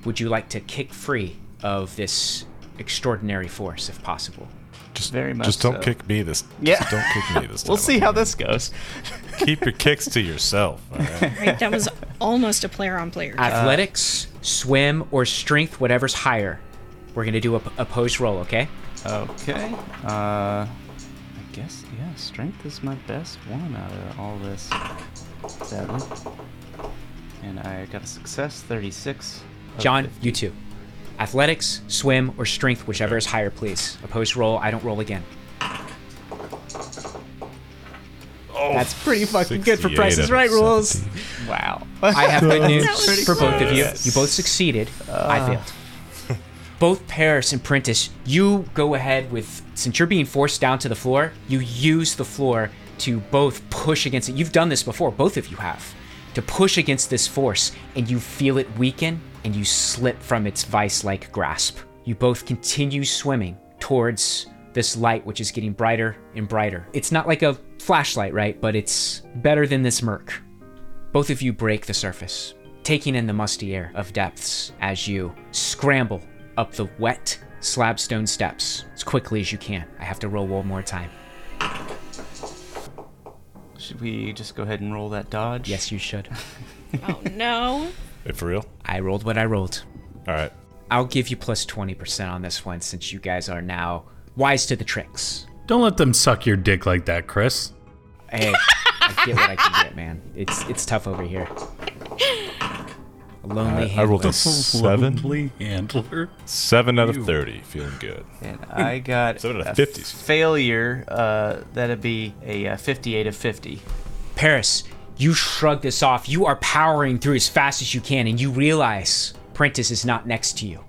Speaker 5: would you like to kick free of this extraordinary force if possible?
Speaker 7: Just,
Speaker 8: Very much
Speaker 7: Just don't
Speaker 8: so.
Speaker 7: kick me this.
Speaker 8: Yeah.
Speaker 7: Just don't kick me this.
Speaker 8: We'll
Speaker 7: time,
Speaker 8: see how
Speaker 7: okay?
Speaker 8: this goes.
Speaker 7: Keep your kicks to yourself. all right?
Speaker 6: Right, that was almost a player on player.
Speaker 5: Athletics, swim, or strength, whatever's higher. We're gonna do a, a post roll, okay?
Speaker 8: Okay. Uh, I guess, yeah, strength is my best one out of all this, sadly. And I got a success, 36. of
Speaker 5: John,
Speaker 8: 50.
Speaker 5: you too. Athletics, swim, or strength, whichever is higher, please. Opposed roll, I don't roll again.
Speaker 4: Oh.
Speaker 5: That's pretty fucking good for
Speaker 7: 68
Speaker 5: prices,
Speaker 7: out of
Speaker 5: right rules.
Speaker 7: 70.
Speaker 8: Wow.
Speaker 5: I have good
Speaker 6: That
Speaker 5: news
Speaker 6: was
Speaker 5: for both of you.
Speaker 7: close.
Speaker 5: You both succeeded. I failed. Both Paris and Prentice, you go ahead with, since you're being forced down to the floor, you use the floor to both push against it. You've done this before, both of you have, to push against this force, and you feel it weaken and you slip from its vice like grasp. You both continue swimming towards this light, which is getting brighter and brighter. It's not like a flashlight, right? But it's better than this murk. Both of you break the surface, taking in the musty air of depths as you scramble up the wet slabstone steps as quickly as you can. I have to roll one more time.
Speaker 8: Should we just go ahead and roll that dodge?
Speaker 5: Yes, you should.
Speaker 6: oh no.
Speaker 7: Wait, for real?
Speaker 5: I rolled what I rolled.
Speaker 7: All right.
Speaker 5: I'll give you plus 20% on this one since you guys are now wise to the tricks.
Speaker 4: Don't let them suck your dick like that, Chris.
Speaker 5: Hey, I get what I can get, man. It's it's tough over here. A lonely
Speaker 7: Uh, I, I rolled
Speaker 5: handler.
Speaker 7: a seven.
Speaker 4: Lonely handler.
Speaker 7: Seven out of thirty. Feeling good.
Speaker 8: And I got
Speaker 7: Seven out of
Speaker 8: a
Speaker 7: 50s.
Speaker 8: failure. Uh, that'd be a, uh 58 of 50.
Speaker 5: Paris, you shrug this off. You are powering through as fast as you can, and you realize Prentice is not next to you.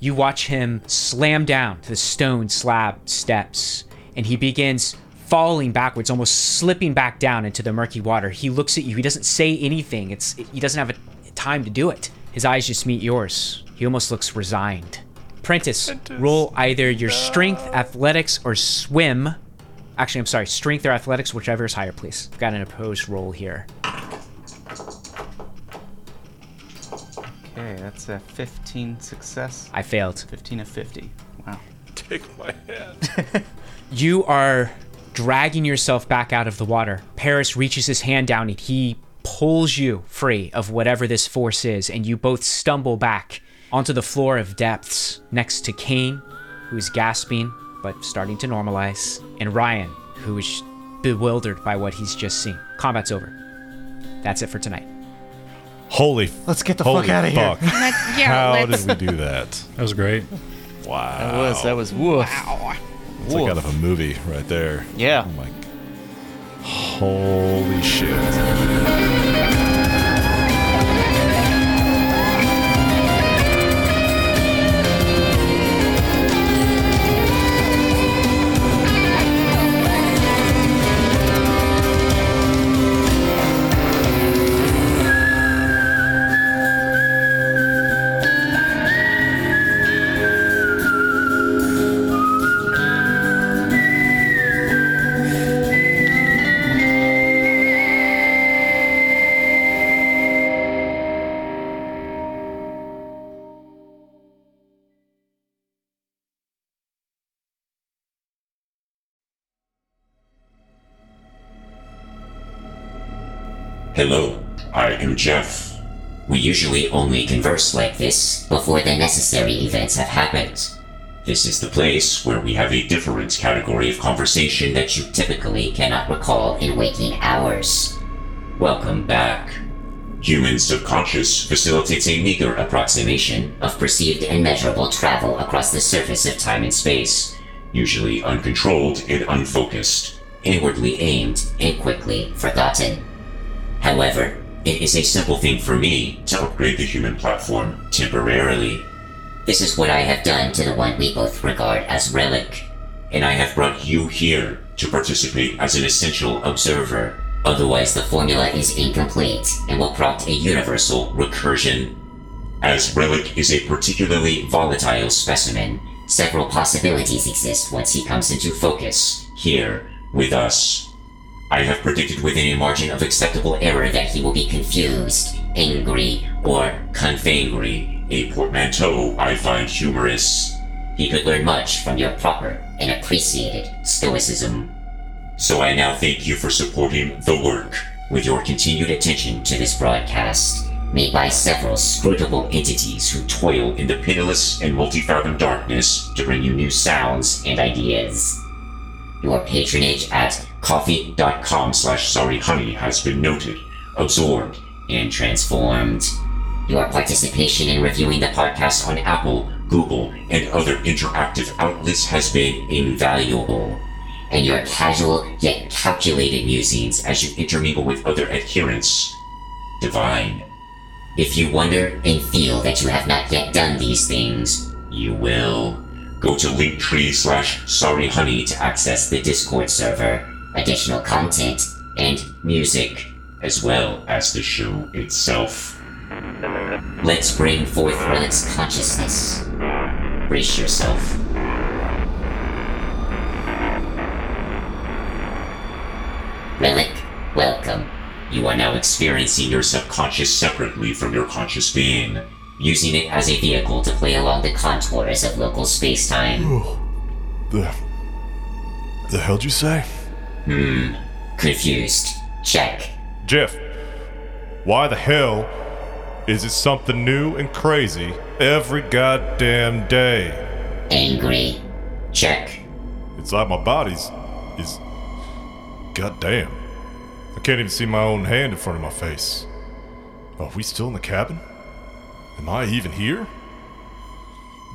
Speaker 5: You watch him slam down to the stone slab steps, and he begins falling backwards, almost slipping back down into the murky water. He looks at you. He doesn't say anything. It's he doesn't have a time to do it. His eyes just meet yours. He almost looks resigned. Prentice, roll either your strength, athletics, or swim. Actually, I'm sorry, strength or athletics, whichever is higher, please. I've got an opposed roll here.
Speaker 8: Okay, that's a 15 success.
Speaker 5: I failed.
Speaker 8: 15 of 50. Wow.
Speaker 7: Take my hand.
Speaker 5: You are dragging yourself back out of the water. Paris reaches his hand down and he pulls you free of whatever this force is, and you both stumble back onto the floor of depths next to Kane, who is gasping but starting to normalize, and Ryan, who is bewildered by what he's just seen. Combat's over. That's it for tonight.
Speaker 7: Holy. Let's get the fuck out of here.
Speaker 6: That- yeah,
Speaker 7: How
Speaker 6: let's.
Speaker 7: did we do that?
Speaker 4: That was great.
Speaker 7: Wow.
Speaker 8: That was, that was woof.
Speaker 7: It's like out of a movie right there.
Speaker 8: Yeah.
Speaker 7: I'm like, holy shit.
Speaker 10: Thank Hello, I am Jeff. We usually only converse like this before the necessary events have happened. This is the place where we have a different category of conversation that you typically cannot recall in waking hours. Welcome back. Human subconscious facilitates a meager approximation of perceived and measurable travel across the surface of time and space, usually uncontrolled and unfocused, inwardly aimed and quickly forgotten. However, it is a simple thing for me to upgrade the human platform temporarily. This is what I have done to the one we both regard as relic, and I have brought you here to participate as an essential observer. Otherwise, the formula is incomplete and will prompt a universal recursion. As relic is a particularly volatile specimen, several possibilities exist once he comes into focus here with us. I have predicted within a margin of acceptable error that he will be confused, angry, or confangry, a portmanteau I find humorous. He could learn much from your proper and appreciated stoicism. So I now thank you for supporting the work with your continued attention to this broadcast, made by several scrutable entities who toil in the pitiless and multi-fathom darkness to bring you new sounds and ideas. Your patronage at coffee.com slash sorryhoney has been noted, absorbed, and transformed. Your participation in reviewing the podcast on Apple, Google, and other interactive outlets has been invaluable. And your casual yet calculated musings as you intermingle with other adherents, divine. If you wonder and feel that you have not yet done these things, you will. Go to linktree slash sorryhoney to access the Discord server, additional content, and music, as well as the show itself. Let's bring forth Relic's consciousness. Brace yourself. Relic, welcome. You are now experiencing your subconscious separately from your conscious being, using it as a vehicle to play along the contours of local space time.
Speaker 7: The, the hell'd you say?
Speaker 10: Confused. Check.
Speaker 7: Jeff, why the hell is it something new and crazy every goddamn day?
Speaker 10: Angry. Check.
Speaker 7: It's like my body's is goddamn. I can't even see my own hand in front of my face. Are we still in the cabin? Am I even here?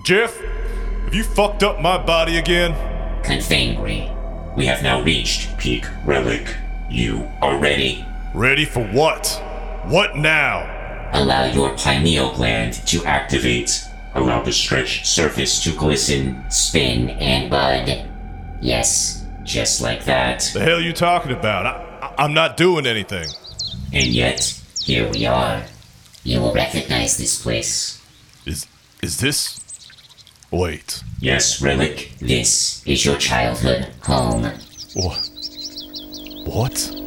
Speaker 7: Jeff, have you fucked up my body again?
Speaker 10: Confangry. We have now reached peak relic. You are ready.
Speaker 7: Ready for what? What now?
Speaker 10: Allow your pineal gland to activate. Allow the stretched surface to glisten, spin, and bud. Yes, just like that.
Speaker 7: The hell you talking about? I, I, I'm not doing anything.
Speaker 10: And yet, here we are. You will recognize this place.
Speaker 7: Is is this? Wait.
Speaker 10: Yes, Relic, this is your childhood home.
Speaker 7: What? What?